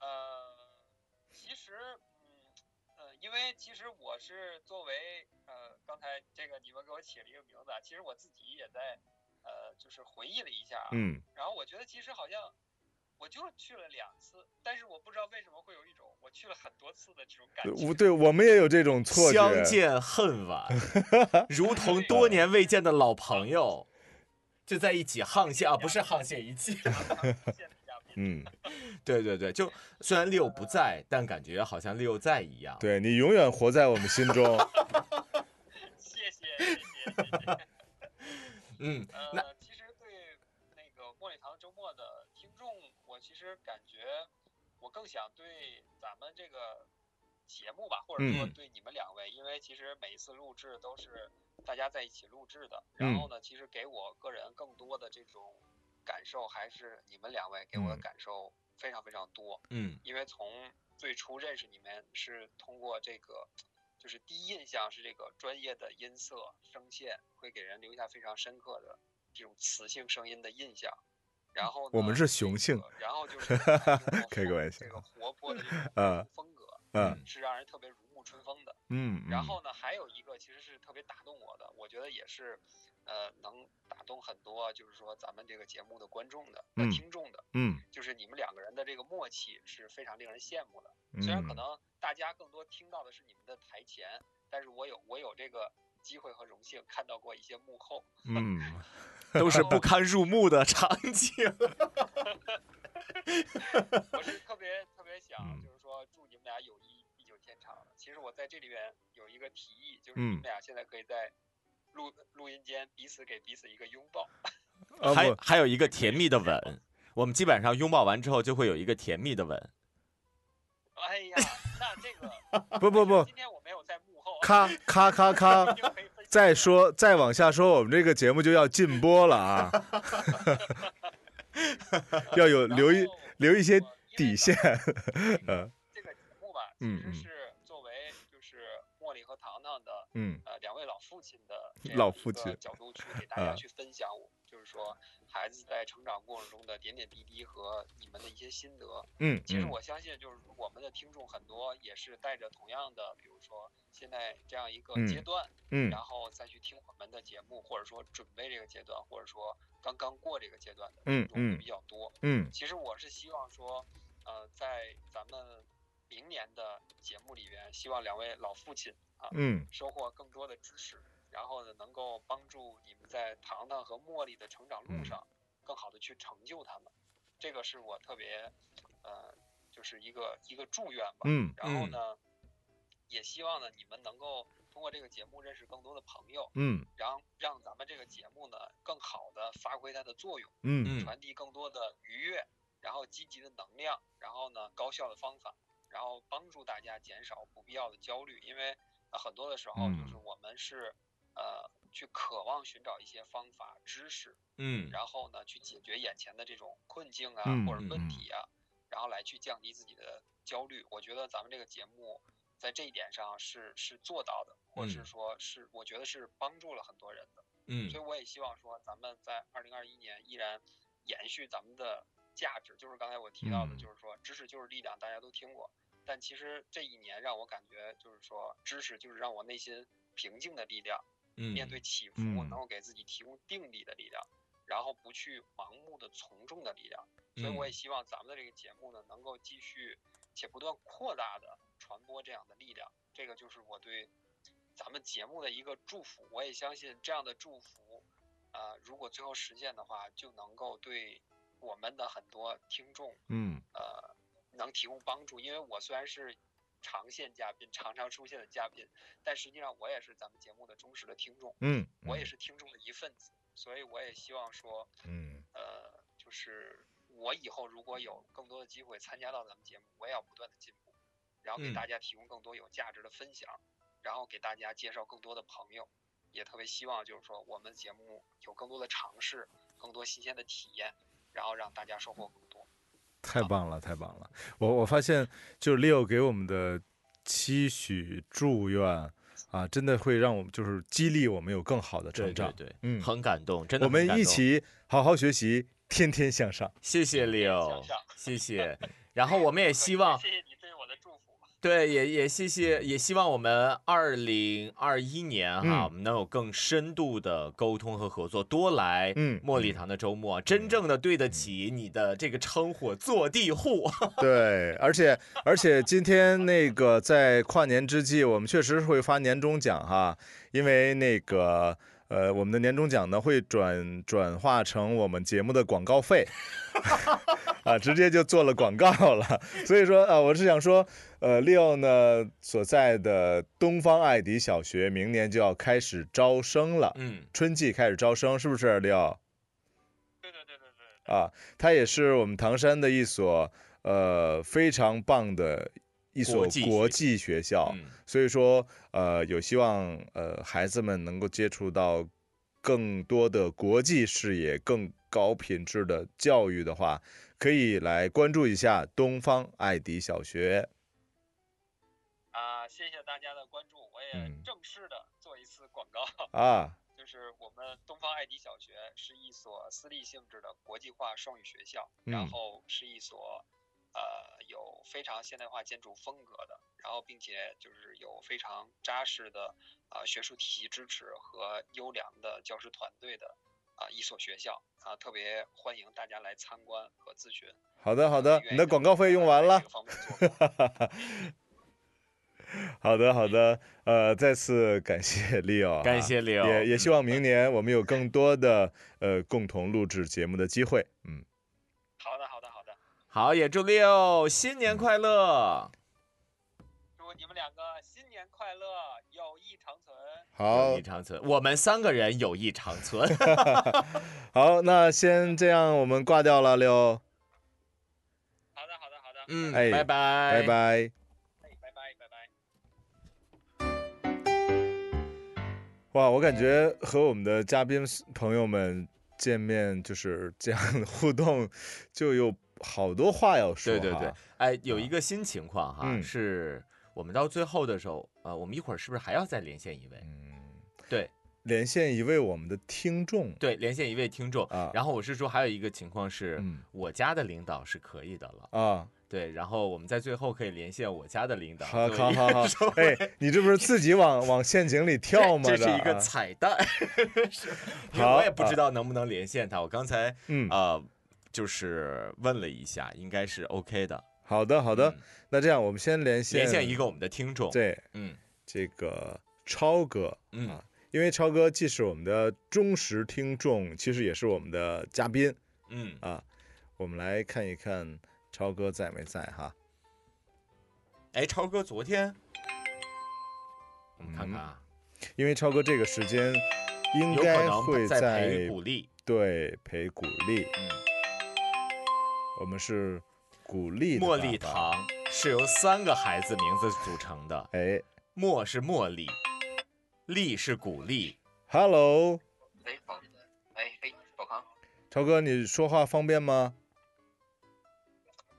Speaker 6: 呃，其实，嗯，呃，因为其实我是作为呃，刚才这个你们给我起了一个名字啊，其实我自己也在呃，就是回忆了一下啊，
Speaker 4: 嗯
Speaker 6: 然后我觉得其实好像我就去了两次，但是我不知道为什么会有一种我去了很多次的这种感觉。
Speaker 4: 我对我们也有这种错觉。
Speaker 3: 相见恨
Speaker 4: <laughs>
Speaker 3: 晚，如同多年未见的老朋友，就在一起沆瀣啊，不是沆瀣一气。 <laughs>
Speaker 6: 见的嘉宾
Speaker 4: 嗯。
Speaker 3: 对对对，就虽然 Leo 不在，但感觉好像 Leo 在一样。
Speaker 4: 对你永远活在我们心中。
Speaker 6: 谢谢谢谢谢谢。
Speaker 3: 嗯，那
Speaker 6: 呃，其实对那个茉莉堂周末的听众，我其实感觉我更想对咱们这个节目吧，或者说
Speaker 3: 嗯
Speaker 6: 对你们两位，因为其实每一次录制都是大家在一起录制的，
Speaker 3: 嗯
Speaker 6: 然后呢，其实给我个人更多的这种感受，还是你们两位给我的
Speaker 4: 嗯
Speaker 6: 感受非
Speaker 4: <laughs>
Speaker 6: 常非常多。
Speaker 3: 嗯
Speaker 6: 因为从最初认识你们是通过这个，就就是第一印象是这个专业的音色、声线，会给人留下非常深刻的这种磁性声音的印象。然后呢
Speaker 4: 我们是雄性
Speaker 6: 这个然后就是
Speaker 4: <laughs> 开个玩笑
Speaker 6: 这个活泼的这种
Speaker 4: 啊
Speaker 6: 风格，
Speaker 4: 啊
Speaker 6: 是让人特别如沐春风的。
Speaker 2: 嗯，
Speaker 6: 然
Speaker 2: 嗯
Speaker 6: 后呢，还有一个其实是特别打动我的，我觉得也是，呃，能打动很多，就是说咱们这个节目的观众的、呃
Speaker 2: 嗯
Speaker 6: 听众的，
Speaker 2: 嗯
Speaker 6: 就是你们两个人的这个默契是非常令人羡慕的。
Speaker 2: 嗯，
Speaker 6: 虽然可能大家更多听到的是你们的台前，但是我有我有这个机会和荣幸看到过一些幕后，
Speaker 2: 嗯，
Speaker 4: <laughs>
Speaker 3: 都是不堪入目的场景。
Speaker 6: 我是特别特别想
Speaker 2: 嗯
Speaker 6: 就是说祝你们俩友谊地久天长的。其实我在这里边有一个提议，就是
Speaker 2: 嗯
Speaker 6: 你们俩现在可以在录录音间彼此给彼此一个拥抱。
Speaker 4: 啊
Speaker 3: 还
Speaker 4: 不
Speaker 3: 还有一个甜蜜的吻，我们基本上拥抱完之后就会有一个甜蜜的吻。
Speaker 6: 哎呀，那这个
Speaker 4: <laughs> 不不不
Speaker 6: 今天我没有在幕后啊，
Speaker 4: 咔咔咔
Speaker 6: <laughs>
Speaker 4: 咔，
Speaker 6: 又没分享
Speaker 4: 再说再往下说，我们这个节目就要禁播了 <laughs> 啊，要有
Speaker 6: 然
Speaker 4: 留一
Speaker 6: 后
Speaker 4: 留一些
Speaker 6: 我
Speaker 4: 底线。
Speaker 6: 因为嗯咱们
Speaker 4: <laughs>
Speaker 3: 嗯
Speaker 4: 呃，
Speaker 6: 这个这个节目吧，其
Speaker 2: 嗯
Speaker 6: 实
Speaker 2: 嗯
Speaker 6: 是作为就是茉莉和糖糖的
Speaker 4: 嗯
Speaker 6: 呃两位老父亲的这样
Speaker 4: 老
Speaker 6: 一
Speaker 4: 父
Speaker 6: 个
Speaker 4: 亲
Speaker 6: 角度去给大
Speaker 4: 啊
Speaker 6: 家去分享我，就是说孩子在成长过程中的点点滴滴和你们的一些心得。
Speaker 4: 嗯，
Speaker 6: 其实
Speaker 4: 嗯
Speaker 6: 我相信，就是我们的听众很多也是带着同样的，比如说现在这样一个
Speaker 4: 嗯
Speaker 6: 阶段，
Speaker 4: 嗯
Speaker 6: 然后再去听我们的节目，或者说准备这个阶段，或者说刚刚过这个阶段的
Speaker 4: 嗯
Speaker 6: 听众会
Speaker 4: 嗯
Speaker 6: 比较多。
Speaker 4: 嗯
Speaker 6: 其实我是希望说，呃，在咱们明年的节目里边，希望两位老父亲啊，
Speaker 4: 嗯
Speaker 6: 收获更多的知识，然后呢，能够帮助你们在糖糖和茉莉的成长路
Speaker 2: 嗯
Speaker 6: 上，更好的去成就他们。这个是我特别，呃，就是一个一个祝愿吧。
Speaker 4: 嗯
Speaker 6: 然后
Speaker 3: 嗯
Speaker 6: 呢，也希望呢，你们能够通过这个节目认识更多的朋友，
Speaker 4: 嗯
Speaker 6: 然后让咱们这个节目呢，更好的发挥它的作用，
Speaker 4: 嗯，
Speaker 6: 传递更多的愉悦，然后积极的能量，然后呢，高效的方法，然后帮助大家减少不必要的焦虑，因为、呃很多的时候就是
Speaker 2: 嗯
Speaker 6: 我们是，呃，去渴望寻找一些方法、知识，
Speaker 3: 嗯
Speaker 6: 然后呢，去解决眼前的这种困境啊、
Speaker 2: 嗯
Speaker 6: 或者
Speaker 2: 嗯
Speaker 6: 问
Speaker 2: 嗯
Speaker 6: 题啊，然后来去降低自己的焦虑。我觉得咱们这个节目在这一点上是是做到的，或者是
Speaker 3: 嗯
Speaker 6: 说是我觉得是帮助了很多人的。
Speaker 3: 嗯
Speaker 6: 所以我也希望说，咱们在二零二一年依然延续咱们的价值，就是刚才我提到的，
Speaker 2: 嗯
Speaker 6: 就是说知识就是力量，大家都听过。但其实这一年让我感觉就是说，知识就是让我内心平静的力量，
Speaker 3: 嗯
Speaker 6: 面对起伏
Speaker 2: 嗯
Speaker 6: 能够给自己提供定力的力量，然后不去盲目的从众的力量。所以我也
Speaker 3: 嗯
Speaker 6: 希望咱们的这个节目呢，能够继续且不断扩大的传播这样的力量。这个就是我对咱们节目的一个祝福。我也相信这样的祝福，呃，如果最后实现的话，就能够对我们的很多听众，
Speaker 2: 嗯
Speaker 6: 呃，能提供帮助。因为我虽然是常线嘉宾，常常出现的嘉宾，但实际上我也是咱们节目的忠实的听众，
Speaker 4: 嗯，
Speaker 6: 我也是听众的一份子。所以我也希望说，
Speaker 4: 嗯，
Speaker 6: 呃，就是我以后如果有更多的机会参加到咱们节目，我也要不断的进步，然后给
Speaker 3: 嗯
Speaker 6: 大家提供更多有价值的分享，然后给大家介绍更多的朋友，也特别希望就是说我们节目有更多的尝试，更多新鲜的体验，然后让大家收获更多。
Speaker 3: 啊
Speaker 4: 太棒了，太棒了！我我发现，就是 Leo 给我们的期许、祝愿啊，真的会让我们就是激励我们有更好的成
Speaker 3: 对
Speaker 4: 长
Speaker 3: 对。对，
Speaker 4: 嗯
Speaker 3: 很感动，真的
Speaker 4: 我
Speaker 3: 很感动。
Speaker 4: 们一起好好学习，天天向上。
Speaker 3: 谢谢
Speaker 6: 向
Speaker 3: Leo，
Speaker 6: 上
Speaker 3: 谢谢。 <laughs> 然后我们也希望，
Speaker 6: 谢谢你对我的祝福。
Speaker 3: 对，也也谢谢，也希望我们二零二一年哈，
Speaker 4: 嗯
Speaker 3: 我们能有更深度的沟通和合作，多来
Speaker 4: 嗯
Speaker 3: 哎茉莉堂的周末，真正的对得起你的这个称呼“坐地户
Speaker 4: 对，而且而且今天那个在跨年之际，我们确实会发年终奖哈，因为那个呃，我们的年终奖呢会转转化成我们节目的广告费，啊，直接就做了广告了。所以说啊，我是想说，呃，Leo 呢所在的东方艾迪小学明年就要开始招生”。了，
Speaker 3: 嗯，
Speaker 4: 春季开始招生，是不是，Leo？
Speaker 6: 对对对对对，
Speaker 4: 啊，它也是我们唐山的一所呃非常棒的一所
Speaker 3: 国际
Speaker 4: 国
Speaker 3: 学
Speaker 4: 际学校，
Speaker 3: 嗯
Speaker 4: 所以说呃有希望呃孩子们能够接触到更多的国际视野、更高品质的教育的话，可以来关注一下东方艾迪小学。
Speaker 6: 啊、谢谢大家的关注，我也
Speaker 4: 嗯
Speaker 6: 正式的做一次广告，
Speaker 4: 啊，
Speaker 6: 就是我们东方爱迪小学是一所私立性质的国际化双语学校，
Speaker 4: 嗯
Speaker 6: 然后是一所呃有非常现代化建筑风格的，然后并且就是有非常扎实的啊、呃学术体系支持和优良的教师团队的啊、一所学校啊、特别欢迎大家来参观和咨询。
Speaker 4: 好的好的，
Speaker 6: 愿意
Speaker 4: 你的广告费用完
Speaker 6: 在
Speaker 4: 了
Speaker 6: 这个。方面做
Speaker 4: 好的好的，呃，再次感谢 Leo，啊、
Speaker 3: 感谢 Leo 嗯
Speaker 4: 也也希望明年我们有更多的呃共同录制节目的机会。嗯，
Speaker 6: 好的，好的，好的。
Speaker 3: 好，也祝 Leo 新年快乐，
Speaker 6: 祝你们两个新年快乐，友谊长存。
Speaker 4: 嗯好
Speaker 3: 友谊长存。我们三个人友谊长
Speaker 4: <laughs>
Speaker 3: 存。
Speaker 4: 好，那先这样，我们挂掉了，Leo，
Speaker 6: 好的，好的，好的。
Speaker 3: 嗯，
Speaker 4: 哎
Speaker 3: 拜拜，
Speaker 4: 拜。拜。
Speaker 6: 哎，拜拜，拜拜。
Speaker 4: 哇，我感觉和我们的嘉宾朋友们见面就是这样的互动，就有好多话要说
Speaker 3: 对
Speaker 4: 哈。
Speaker 3: 对对，哎，有一个新情况哈，
Speaker 4: 嗯
Speaker 3: 是我们到最后的时候，呃，我们一会儿是不是还要再连线一位？
Speaker 4: 嗯，
Speaker 3: 对
Speaker 4: 连线一位我们的听众，
Speaker 3: 对，连线一位听众。
Speaker 4: 啊
Speaker 3: 然后我是说，还有一个情况是，
Speaker 4: 嗯
Speaker 3: 我家的领导是可以的了。
Speaker 4: 啊，
Speaker 3: 对，然后我们在最后可以连线我家的领导。<laughs>
Speaker 4: 好，
Speaker 3: 作为一
Speaker 4: 好，好，
Speaker 3: 个
Speaker 4: 好
Speaker 3: 收，尾
Speaker 4: 哎，你这不是自己往往陷阱里跳吗？
Speaker 3: <laughs> 这是一个
Speaker 4: 啊
Speaker 3: 彩蛋，是因为
Speaker 4: 好
Speaker 3: 我也不
Speaker 4: 啊
Speaker 3: 知道能不能连线他。我刚才
Speaker 4: 嗯，
Speaker 3: 呃，就是问了一下，应该是 OK 的。
Speaker 4: 好的，好的
Speaker 3: 嗯，
Speaker 4: 那这样我们先连线
Speaker 3: 连线一个我们的听众，
Speaker 4: 对
Speaker 3: 嗯
Speaker 4: 这个超哥，
Speaker 3: 嗯
Speaker 4: 啊，因为超哥既是我们的忠实听众，其实也是我们的嘉宾，
Speaker 3: 嗯，
Speaker 4: 我们来看一看超哥在没在哈？
Speaker 3: 哎，超哥，昨天我们看看啊，
Speaker 4: 因为超哥这个时间嗯应
Speaker 3: 有可
Speaker 4: 该
Speaker 3: 能
Speaker 4: 会
Speaker 3: 在陪鼓励，
Speaker 4: 对陪鼓励，
Speaker 3: 嗯，
Speaker 4: 我们是鼓励的
Speaker 3: 茉
Speaker 4: 爸
Speaker 3: 莉
Speaker 4: 爸，
Speaker 3: 糖是由三个孩子名字组成的，
Speaker 4: 哎
Speaker 3: 茉是茉莉，莉是鼓励，
Speaker 4: ，Hello，
Speaker 10: 哎，宝，哎嘿，宝康，
Speaker 4: 超哥，你说话方便吗？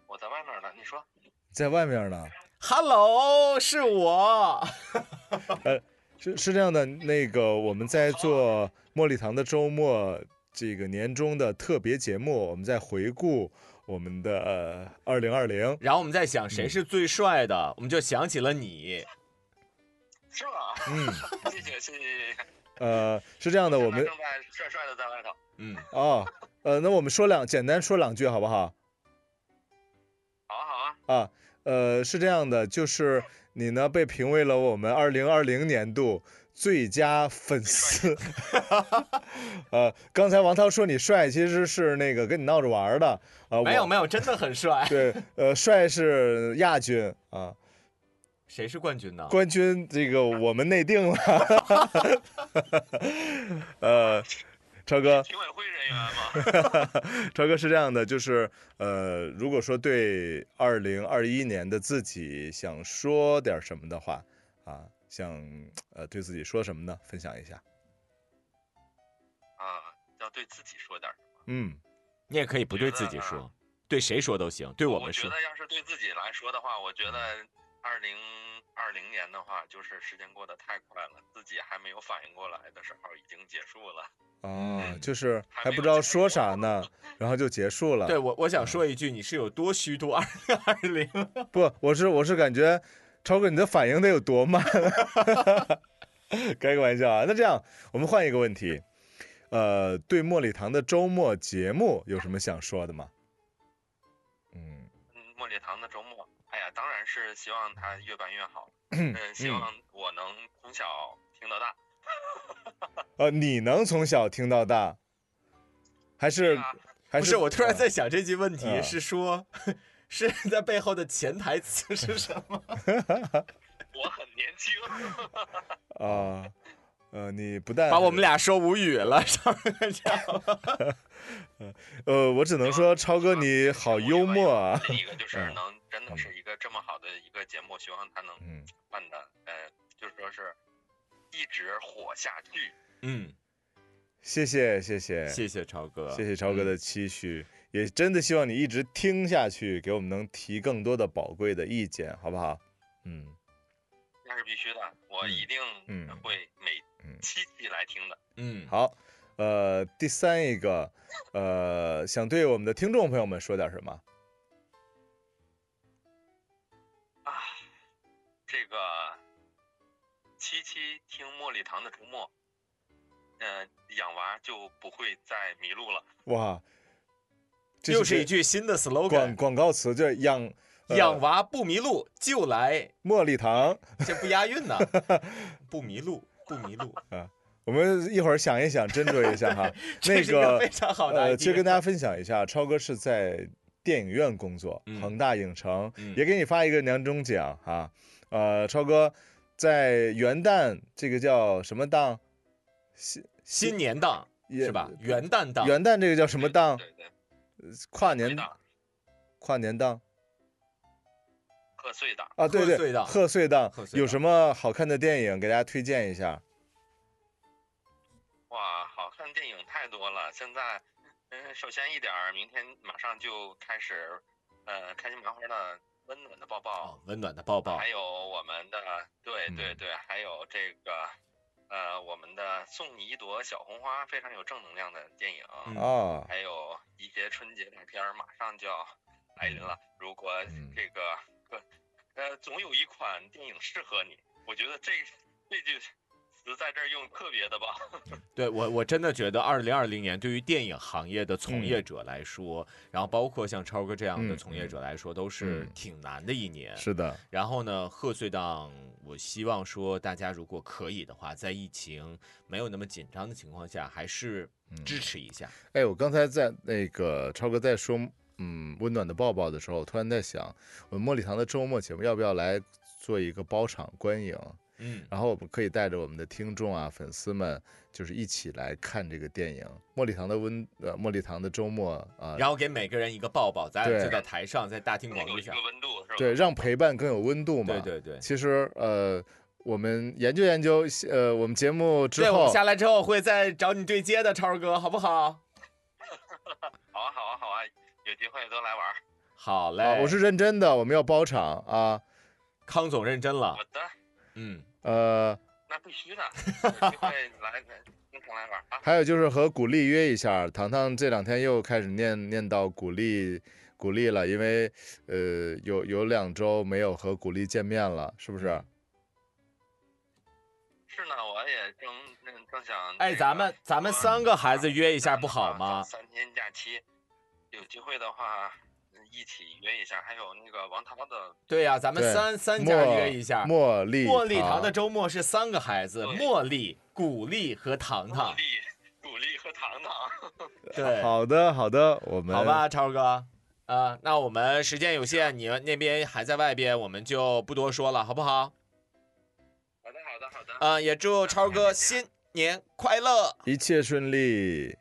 Speaker 10: 我在外面呢，你说。
Speaker 4: 在外面呢。
Speaker 3: Hello，是我。
Speaker 4: 是是这样的，那个我们在做茉莉堂的周末这个年终的特别节目，我们在回顾我们的呃二零二零。
Speaker 3: 然后我们在想谁是最帅的，我们就想起了你。
Speaker 10: 是吗？
Speaker 4: 嗯，
Speaker 10: 谢谢谢谢谢谢。
Speaker 4: 呃，是这样的，我们
Speaker 10: 正在帅帅的在外头。
Speaker 3: 嗯，
Speaker 4: 哦，呃，那我们说两简单说两句好不好？
Speaker 10: 好啊好啊，
Speaker 4: 啊，呃，是这样的，就是你呢被评为了我们二零二零年度最佳粉丝。 <laughs> 呃，刚才王涛说你帅，其实是那个跟你闹着玩儿的啊、呃。
Speaker 3: 没有
Speaker 4: 我
Speaker 3: 没有，真的很帅。
Speaker 4: 对，呃，帅是亚军啊，
Speaker 3: 谁是冠军呢？
Speaker 4: 冠军这个我们内
Speaker 3: <laughs>
Speaker 4: 定了。 <laughs> 呃，超哥，
Speaker 10: 评委会人员吗？
Speaker 4: <laughs> 超哥是这样的，就是呃，如果说对二零二一年的自己想说点什么的话啊，想呃对自己说什么呢？分享一下。
Speaker 10: 啊，要对自己说点儿。
Speaker 4: 嗯，
Speaker 3: 你也可以不对自己说，对谁说都行，对我
Speaker 10: 我
Speaker 3: 们
Speaker 10: 觉
Speaker 3: 说。
Speaker 10: 得要是对自己来说的话，我觉得二零二零年的话，就是时间过得太快了，自己还没有反应过来的时候已经结束了。
Speaker 4: 啊，
Speaker 3: 嗯
Speaker 4: 就是
Speaker 10: 还
Speaker 4: 还
Speaker 10: 没
Speaker 4: 不知
Speaker 10: 有
Speaker 4: 道
Speaker 10: 结
Speaker 4: 说
Speaker 10: 束哦
Speaker 4: 啥
Speaker 10: <laughs>
Speaker 4: 呢，然后就结束了。
Speaker 3: 对我，我想说一句，你是有多虚度二零二零？
Speaker 4: 不，我是我是感觉，超哥你的反应得有多慢？ <laughs> 开个玩笑啊！那这样，我们换一个问题，呃，对茉莉堂的周末节目有什么想说的吗？嗯
Speaker 10: 嗯，茉莉堂的周末，哎呀，当然是希望它越办越好。嗯，希望我能从小听到大。
Speaker 4: 呃，你能从小听到大，还是、
Speaker 10: 啊，
Speaker 4: 还
Speaker 3: 不是，我突然
Speaker 4: 啊
Speaker 3: 在想这句问题
Speaker 4: 嗯
Speaker 3: 是说， <laughs> 是在背后的潜台词是什么？
Speaker 10: 我很年轻。
Speaker 4: 啊、呃，你不但
Speaker 3: 把我
Speaker 4: 是
Speaker 3: 们俩说无语 <laughs> 了，上面这样。
Speaker 4: 呃，我只能说超哥你
Speaker 3: 哎
Speaker 4: 好幽默啊，
Speaker 10: 另一个就是
Speaker 4: 嗯
Speaker 10: 能真的是一个这么好的一个节目，希望它能
Speaker 4: 嗯，
Speaker 10: 办的，呃，就说是一直火下去。
Speaker 3: 嗯，
Speaker 4: 谢谢谢谢
Speaker 3: 谢谢超哥，嗯
Speaker 4: 谢谢超哥的期许，也真的希望你一直听下去，给我们能提更多的宝贵的意见，好不好？嗯，
Speaker 10: 谢那是必须的，我一定
Speaker 4: 嗯
Speaker 10: 会每
Speaker 4: 嗯
Speaker 10: 期期来听的。
Speaker 3: 嗯，
Speaker 4: 好，呃，第三一个，呃，想对我们的听众朋友们说点什么？
Speaker 10: 啊，这个七七听茉莉堂的周末，嗯、养娃就不会再迷路了。
Speaker 4: 哇，这
Speaker 3: 又是一句新的
Speaker 4: 广
Speaker 3: slogan，
Speaker 4: 广告词，就是养、呃
Speaker 3: 养娃不迷路就来，
Speaker 4: 茉莉堂。
Speaker 3: 这不押韵呢， <laughs> 不迷路，不迷路，
Speaker 4: 我们一会儿想一想，斟酌一下哈。
Speaker 3: <laughs> 这是一
Speaker 4: 个
Speaker 3: 个非常好的
Speaker 4: 呃，
Speaker 3: idea
Speaker 4: 其实跟大家分享一下，超哥是在电影院工作，
Speaker 3: 嗯
Speaker 4: 恒大影城、
Speaker 3: 嗯
Speaker 4: 也给你发一个年终奖啊。呃，超哥在元旦这个叫什么档？新
Speaker 3: 新年档
Speaker 4: 也
Speaker 3: 是吧？元旦档，
Speaker 4: 元旦这个叫什么档？
Speaker 10: 对对，
Speaker 4: 跨年
Speaker 10: 档、
Speaker 4: 跨年档
Speaker 10: 贺岁档。
Speaker 4: 啊？对
Speaker 3: 贺
Speaker 4: 对，
Speaker 3: 岁档
Speaker 4: 贺岁档
Speaker 3: 贺岁档
Speaker 4: 有什么好看的电影给大家推荐一下？
Speaker 10: 哇，好看的电影太多了。现在，嗯，首先一点儿，明天马上就开始，呃，开心麻花的温暖的抱抱
Speaker 3: 哦，，温暖的抱抱
Speaker 10: 还，有我们的，对
Speaker 2: 嗯
Speaker 10: 对对，还有这个，呃，我们的送你一朵小红花，非常有正能量的电影，
Speaker 3: 嗯
Speaker 4: 啊，
Speaker 10: 还有一些春节大片儿马上就要来临了。如果
Speaker 2: 嗯
Speaker 10: 这个，呃呃，总有一款电影适合你，我觉得这这句词在这儿用特别的棒。
Speaker 3: 对我我真的觉得二零二零年对于电影行业的从业者来说，然后包括像超哥这样的
Speaker 4: 嗯
Speaker 3: 从业者来说，都是
Speaker 4: 嗯
Speaker 3: 挺难的一年。
Speaker 4: 是的，
Speaker 3: 然后呢，贺岁档，我希望说大家如果可以的话，在疫情没有那么紧张的情况下，还是
Speaker 4: 嗯
Speaker 3: 支持一下。
Speaker 4: 哎，我刚才在那个超哥在说，嗯，温暖的抱抱的时候，我突然在想，我们茉莉堂的周末节目要不要来做一个包场观影？
Speaker 3: 嗯，
Speaker 4: 然后我们可以带着我们的听众啊、粉丝们，就是一起来看这个电影《茉莉堂的温》呃，《茉莉堂的周末》啊、
Speaker 3: 然后给每个人一个抱抱，咱俩
Speaker 4: 对
Speaker 3: 就在台上，在大庭广
Speaker 10: 有
Speaker 3: 众
Speaker 10: 一
Speaker 3: 下
Speaker 10: 个，温度是吧？
Speaker 4: 对，让陪伴更有温度嘛。
Speaker 3: 对对对。
Speaker 4: 其实呃，我们研究研究，呃，我们节目之
Speaker 3: 对，我
Speaker 4: 后
Speaker 3: 们，下来之后会再找你对接的，超哥，好不好？
Speaker 10: 好啊，好啊，好啊，有机会都来玩儿。
Speaker 3: 好嘞，
Speaker 4: 啊，我是认真的，我们要包场啊，
Speaker 3: 康总认真了
Speaker 10: 好，的，
Speaker 3: 嗯，
Speaker 4: 呃。
Speaker 10: 那必须的，有机会来来经常来玩儿啊。
Speaker 4: 还有就是和古丽约一下，糖糖这两天又开始念念到古丽古丽了，因为呃有有两周没有和古丽见面了，是不是？
Speaker 10: 是呢，我也正正正想。
Speaker 3: 哎，咱们咱们三个孩子约一
Speaker 10: 一
Speaker 3: 下不好吗？
Speaker 10: 啊三天假期，有机会的话嗯一起约一下。还有那个王涛的，
Speaker 3: 对呀、咱们
Speaker 4: 对
Speaker 3: 三三家
Speaker 4: 茉
Speaker 3: 约一下。
Speaker 4: 茉莉啊
Speaker 3: 茉莉堂的周末是三个孩子，
Speaker 10: 对
Speaker 3: 茉莉、古丽和糖
Speaker 10: 鼓
Speaker 3: 糖。
Speaker 10: 励鼓励和糖 <laughs> 糖。
Speaker 3: <laughs> 对，
Speaker 4: 好的好的，我们
Speaker 3: 好吧，超哥，啊、那我们时间有限，你们那边还在外边，我们就不多说了，好不好？
Speaker 10: 好的，好的，好的。
Speaker 3: 啊、也祝超哥新年快乐。
Speaker 4: 一切顺利，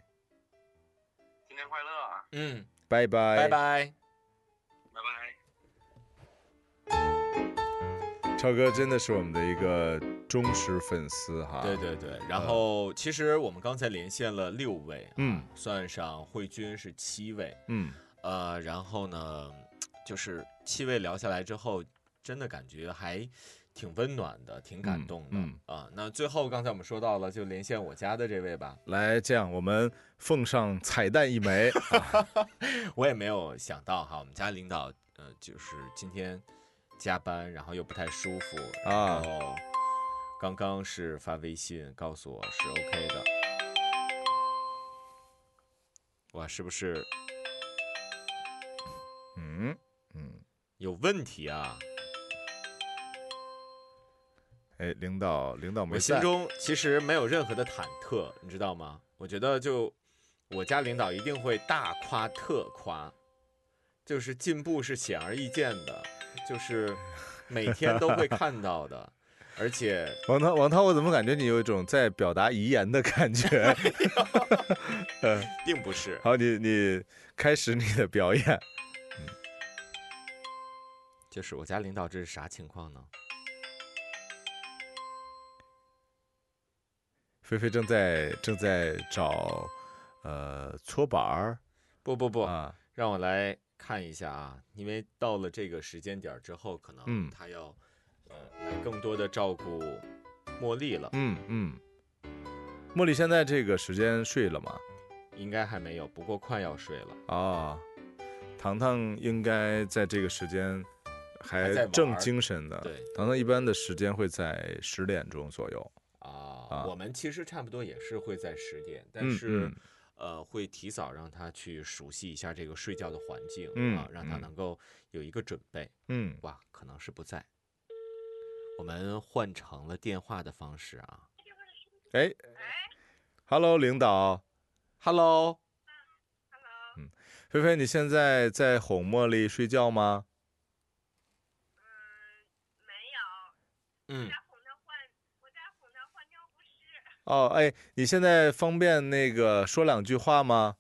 Speaker 10: 新年快乐啊，
Speaker 3: 嗯，
Speaker 4: 拜拜
Speaker 3: 拜拜。
Speaker 10: 拜拜。
Speaker 4: 超哥真的是我们的一个忠实粉丝哈，
Speaker 3: 对对对，然后其实我们刚才连线了六位，
Speaker 4: 嗯
Speaker 3: 算上慧君是七位，
Speaker 4: 嗯
Speaker 3: 呃，然后呢，就是七位聊下来之后，真的感觉还挺温暖的，挺感
Speaker 4: 嗯
Speaker 3: 动的啊、
Speaker 4: 嗯
Speaker 3: 那最后刚才我们说到了，就连线我家的这位吧，
Speaker 4: 来这样我们奉上彩蛋一枚， <laughs> 啊
Speaker 3: <laughs> 我也没有想到哈，我们家领导呃，就是今天加班，然后又不太舒服，
Speaker 4: 啊
Speaker 3: 然后刚刚是发微信告诉我是 OK 的。哇，是不是
Speaker 4: 嗯嗯，
Speaker 3: 有问题啊？
Speaker 4: 哎，领导领导没
Speaker 3: 我心
Speaker 4: 在，
Speaker 3: 中其实没有任何的忐忑，你知道吗？我觉得就我家领导一定会大夸特夸，就是进步是显而易见的，就是每天都会看到的，而且
Speaker 4: 王涛王涛，我怎么感觉你有一种在表达遗言的感觉？ <laughs>
Speaker 3: 并不是。
Speaker 4: 好，你你开始你的表演。
Speaker 3: 就是我家领导这是啥情况呢？
Speaker 4: 菲菲正在正在找呃搓板儿
Speaker 3: 不不不，
Speaker 4: 啊，
Speaker 3: 让我来看一下啊，因为到了这个时间点儿之后，可能
Speaker 4: 嗯
Speaker 3: 他要来更多的照顾茉莉了。
Speaker 4: 嗯嗯。茉莉现在这个时间睡了吗？
Speaker 3: 应该还没有，不过快要睡了。
Speaker 4: 啊、糖糖应该在这个时间
Speaker 3: 还在
Speaker 4: 还
Speaker 3: 玩
Speaker 4: 正精神呢。
Speaker 3: 对，
Speaker 4: 糖糖一般的时间会在十点钟左右。
Speaker 3: 啊，我们其实差不多也是会在十点，但
Speaker 4: 嗯
Speaker 3: 是、
Speaker 4: 嗯
Speaker 3: 呃会提早让他去熟悉一下这个睡觉的环境、
Speaker 4: 嗯
Speaker 3: 啊，让他
Speaker 4: 嗯
Speaker 3: 能够有一个准备。
Speaker 4: 嗯
Speaker 3: 哇，可能是不在。我们换成了电话的方式啊。
Speaker 4: 哎，Hello，领导，嗯
Speaker 3: Hello，
Speaker 4: 菲菲，你现在在哄茉莉睡觉吗？
Speaker 3: 嗯，
Speaker 4: 哦，哎，你现在方便那个说两句话吗？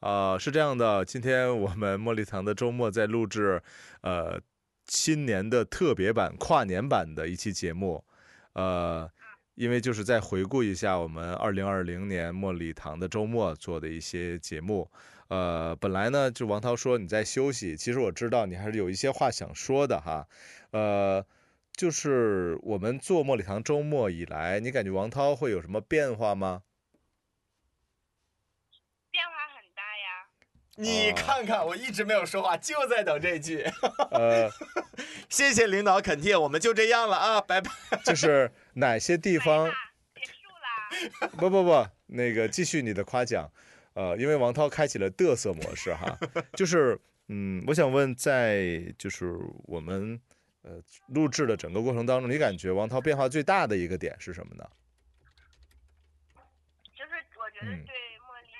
Speaker 4: 啊、是这样的，今天我们茉莉堂的周末在录制，呃，新年的特别版、跨年版的一期节目，呃，因为就是在回顾一下我们二零二零年茉莉堂的周末做的一些节目，呃，本来呢，就王涛说你在休息，其实我知道你还是有一些话想说的哈，呃，就是我们做茉莉堂周末以来，你感觉王涛会有什么变化吗？
Speaker 9: 变化很大呀。
Speaker 3: 你看看，我一直没有说话，就在等这句。
Speaker 4: <laughs> 呃。
Speaker 3: <laughs> 谢谢领导肯定，我们就这样了啊，拜拜。
Speaker 4: 就是哪些地方？不不不，那个继续你的夸奖，呃，因为王涛开启了嘚瑟模
Speaker 3: <laughs>
Speaker 4: 式哈，就是嗯，我想问，在就是我们呃录制的整个过程当中，你感觉王涛变化最大的一个点是什么呢？
Speaker 9: 就是我觉得
Speaker 4: 嗯
Speaker 9: 对茉莉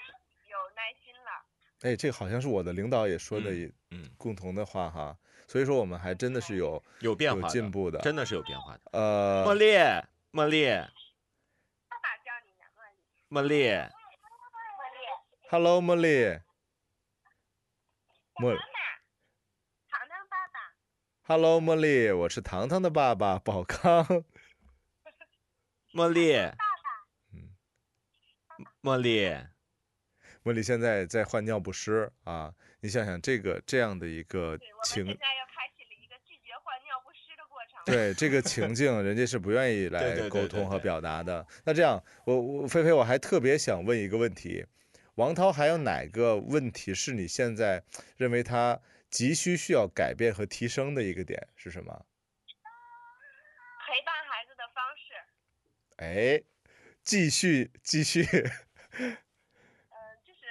Speaker 9: 有耐心了。
Speaker 4: 哎，这个好像是我的领导也说的
Speaker 3: 嗯
Speaker 4: 也
Speaker 3: 嗯
Speaker 4: 共同的话哈，所以说我们还真的是有
Speaker 3: 有变化
Speaker 4: 有
Speaker 3: 的，
Speaker 4: 进步的，
Speaker 3: 真的是有变化的。
Speaker 4: 呃，
Speaker 3: 茉莉，茉莉，
Speaker 9: 爸爸叫你呢，茉莉。
Speaker 3: 茉莉，
Speaker 9: 茉莉，
Speaker 4: Hello，茉莉。茉
Speaker 9: 糖糖爸爸，
Speaker 4: ，Hello，茉莉，我是糖糖的爸爸宝康。
Speaker 3: 茉莉，茉莉，
Speaker 4: 茉莉现在在患尿不湿啊，你想想这个这样的一个
Speaker 9: 对我们
Speaker 4: 情
Speaker 9: 现，在又开启了一个拒绝患尿不湿的过程。
Speaker 4: 对这个情境，人家是不愿意
Speaker 3: 对
Speaker 4: 来
Speaker 3: 对
Speaker 4: 沟
Speaker 3: 对
Speaker 4: 通和
Speaker 3: 对
Speaker 4: 表达的。那这样，我我菲菲，我还特别想问一个问题，王涛还有哪个问题是你现在认为他急需需要改变和提升的一个点是什么？
Speaker 9: 陪伴孩子的方式，
Speaker 4: 哎，继续继续， <laughs>
Speaker 9: 嗯、就是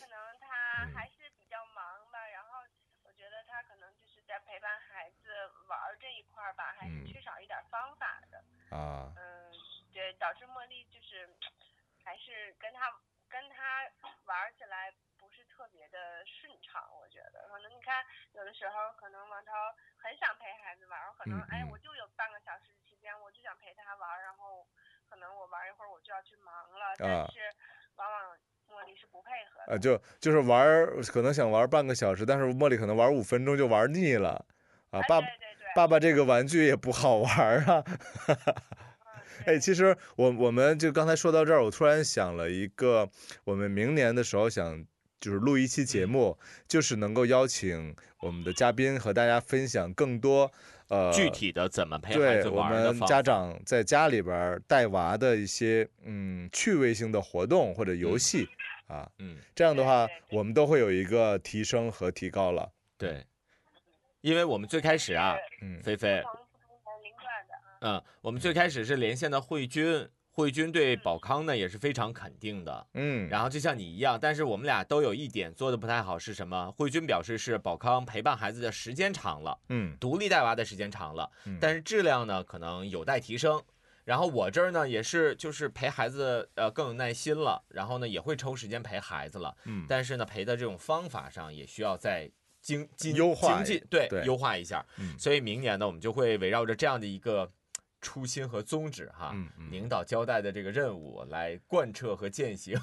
Speaker 9: 可能他
Speaker 4: 嗯
Speaker 9: 还是比较忙吧，然后我觉得他可能就是在陪伴孩子玩儿这一块儿吧，还是
Speaker 4: 嗯
Speaker 9: 缺少一点儿方法的。
Speaker 4: 啊。
Speaker 9: 嗯，对，导致茉莉就是还是跟他跟他玩儿起来不是特别的顺畅，我觉得可能你看有的时候可能王涛很想陪孩子玩儿，可能
Speaker 4: 嗯
Speaker 9: 哎
Speaker 4: 嗯
Speaker 9: 我就有半个小时时间，我就想陪他玩儿，然后可能我玩儿一会儿我就要去忙了，
Speaker 4: 啊
Speaker 9: 但是往往茉莉是不配合的。
Speaker 4: 呃，就就是玩儿，可能想玩儿半个小时，但是茉莉可能玩儿五分钟就玩儿腻了，啊，
Speaker 9: 哎
Speaker 4: 爸
Speaker 9: 对对对
Speaker 4: 爸爸这个玩具也不好玩儿啊。哎，其实我我们就刚才说到这儿，我突然想了一个，我们明年的时候想就是录一期
Speaker 3: 嗯
Speaker 4: 节目，就是能够邀请我们的嘉宾和大家分享更多呃
Speaker 3: 具体的怎么陪孩
Speaker 4: 对
Speaker 3: 子
Speaker 4: 我
Speaker 3: 玩儿的
Speaker 4: 们
Speaker 3: 方
Speaker 4: 家
Speaker 3: 法？
Speaker 4: 长在家里边儿带娃的一些嗯趣味性的活动或者游
Speaker 3: 嗯
Speaker 4: 戏、啊。
Speaker 3: 嗯，
Speaker 4: 这样的话
Speaker 9: 对，
Speaker 4: 我们都会有一个提升和提高了。
Speaker 3: 对，因为我们最开始啊，
Speaker 4: 嗯
Speaker 3: 菲菲，
Speaker 9: 从不同年龄段的，
Speaker 3: 嗯，我们最开始是连线的慧君，慧君对宝康呢也是非常肯定的。
Speaker 4: 嗯，
Speaker 3: 然后就像你一样，但是我们俩都有一点做的不太好是什么？慧君表示是宝康陪伴孩子的时间长了，
Speaker 4: 嗯
Speaker 3: 独立带娃的时间长了
Speaker 4: 嗯，
Speaker 3: 但是质量呢可能有待提升。然后我这儿呢也是就是陪孩子呃更有耐心了，然后呢也会抽时间陪孩子了，
Speaker 4: 嗯
Speaker 3: 但是呢陪的这种方法上也需要再精精
Speaker 4: 优化
Speaker 3: 精进，
Speaker 4: 对
Speaker 3: 优化一下。
Speaker 4: 嗯
Speaker 3: 所以明年呢我们就会围绕着这样的一个。初心和宗旨哈，
Speaker 4: 嗯嗯
Speaker 3: 领导交代的这个任务来贯彻和践行。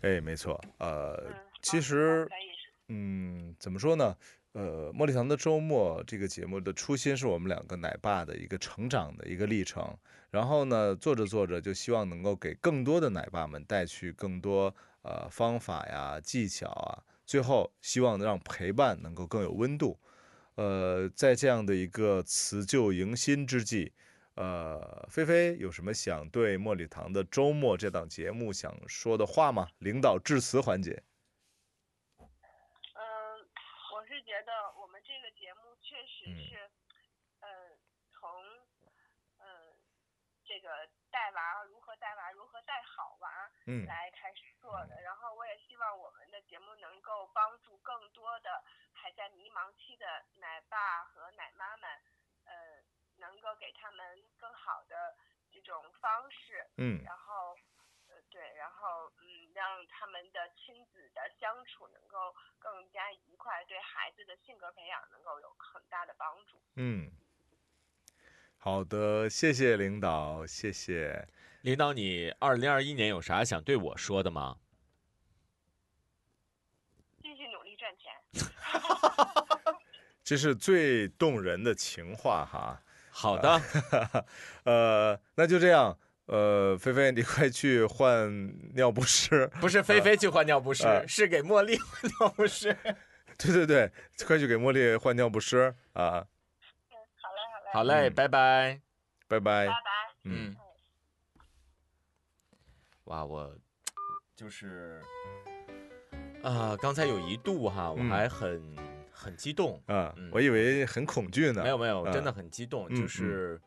Speaker 4: 哎，没错，呃
Speaker 9: 嗯，，
Speaker 4: 其
Speaker 9: 嗯
Speaker 4: 实，
Speaker 9: 可以
Speaker 4: 嗯，怎么说呢？呃，茉莉堂的周末这个节目的初心是我们两个奶爸的一个成长的一个历程。然后呢，做着做着就希望能够给更多的奶爸们带去更多呃方法呀、技巧啊，最后希望能让陪伴能够更有温度。呃，在这样的一个辞旧迎新之际，呃，菲菲有什么想对茉莉堂的周末这档节目想说的话吗？领导致辞环节，
Speaker 11: 嗯，我是觉得我们这个节目确
Speaker 4: 嗯
Speaker 11: 实是，呃，从，呃，这个带娃儿如何带娃儿，如何带好娃儿
Speaker 4: 嗯
Speaker 11: 来开始做的。然后我也希望我们的节目能够帮助更多的还在迷茫期的奶爸和奶妈们，呃，能够给他们更好的这种方式，
Speaker 4: 嗯
Speaker 11: 然后。呃，对，然后嗯，让他们的亲子的相处能够更加愉快，对孩子的性格培养能够有很大的帮助。
Speaker 4: 嗯，好的，谢谢领导，谢谢。
Speaker 3: <laughs> 领导，你二零二一年有啥想对我说的吗？
Speaker 11: 继续努力赚钱。
Speaker 4: 这是最动人的情话哈。 <laughs>
Speaker 3: 好的，
Speaker 4: 呃，那就这样。呃，菲菲，你快去换尿不湿。 <laughs>
Speaker 3: 不是菲菲去换尿不湿，
Speaker 4: 呃
Speaker 3: 是给茉莉换尿不湿。
Speaker 4: 对对对，快去给茉莉换尿不湿啊！
Speaker 3: 好嘞，拜拜。
Speaker 4: 拜拜。
Speaker 3: 嗯，哇，我就是啊、刚才有一度哈，我
Speaker 4: 嗯
Speaker 3: 还很、很激动，
Speaker 4: 啊，我以为很恐惧呢。
Speaker 3: 嗯没有没有，真的
Speaker 4: 啊
Speaker 3: 很激动，
Speaker 4: 嗯
Speaker 3: 就
Speaker 4: 嗯
Speaker 3: 是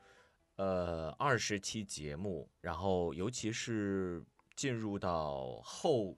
Speaker 3: 呃二十期节目，然后尤其是进入到后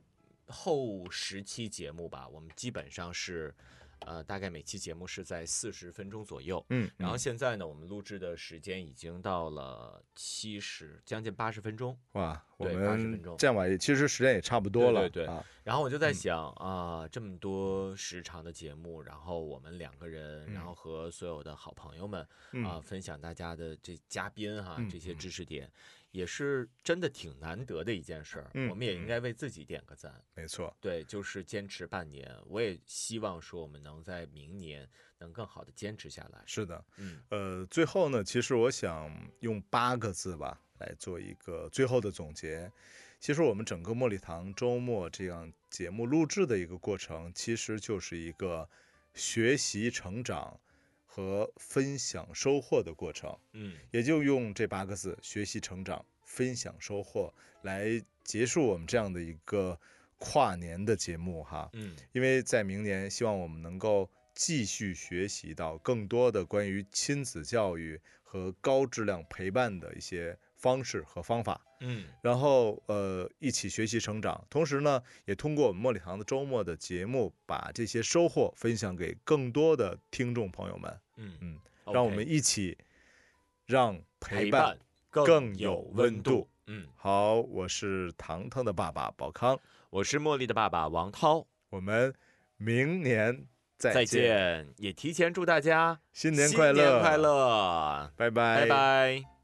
Speaker 3: 后十期节目吧，我们基本上是。呃，大概每期节目是在四十分钟左右，
Speaker 4: 嗯
Speaker 3: 然后
Speaker 4: 嗯
Speaker 3: 现在呢，我们录制的时间已经到了七十，将近八十分钟，
Speaker 4: 哇，我
Speaker 3: 对80分
Speaker 4: 们
Speaker 3: 钟
Speaker 4: 这样吧，其实时间也差不多
Speaker 3: 对
Speaker 4: 了。
Speaker 3: 对对
Speaker 4: 啊，
Speaker 3: 然后我就在想啊、这么多时长的节目，然后我们两个人，然
Speaker 4: 嗯
Speaker 3: 后和所有的好朋友们啊、
Speaker 4: 嗯
Speaker 3: 分享大家的这嘉宾哈、
Speaker 4: 嗯
Speaker 3: 这些知识点，也是真的挺难得的一件事儿。
Speaker 4: 嗯
Speaker 3: 我们也
Speaker 4: 嗯
Speaker 3: 应该为自己点个赞。
Speaker 4: 没错。
Speaker 3: 对，就是坚持半年，我也希望说我们能在明年能更好的坚持下来。
Speaker 4: 是的，
Speaker 3: 嗯，
Speaker 4: 呃，最后呢，其实我想用八个字吧来做一个最后的总结。其实我们整个茉莉堂周末这样节目录制的一个过程，其实就是一个学习、成长和分享收获的过程。
Speaker 3: 嗯，
Speaker 4: 也就用这八个字：学习、成长、分享、收获，来结束我们这样的一个跨年的节目哈。
Speaker 3: 嗯，
Speaker 4: 因为在明年，希望我们能够继续学习到更多的关于亲子教育和高质量陪伴的一些方式和方法。
Speaker 3: 嗯，
Speaker 4: 然后呃，一起学习成长，同时呢，也通过我们茉莉堂的周末的节目，把这些收获分享给更多的听众朋友们。
Speaker 3: 嗯
Speaker 4: 嗯，
Speaker 3: OK
Speaker 4: 让我们一起让
Speaker 3: 陪
Speaker 4: 陪
Speaker 3: 伴
Speaker 4: 伴
Speaker 3: 更
Speaker 4: 有
Speaker 3: 温
Speaker 4: 度。。
Speaker 3: 嗯，
Speaker 4: 好，我是糖糖的爸爸宝康，
Speaker 3: 我是茉莉的爸爸王涛，
Speaker 4: 我们明年再
Speaker 3: 再
Speaker 4: 见，
Speaker 3: 见，也提前祝大家
Speaker 4: 新年
Speaker 3: 新
Speaker 4: 快
Speaker 3: 年
Speaker 4: 乐
Speaker 3: 快乐，
Speaker 4: 拜
Speaker 3: 拜
Speaker 4: 拜。
Speaker 3: 拜。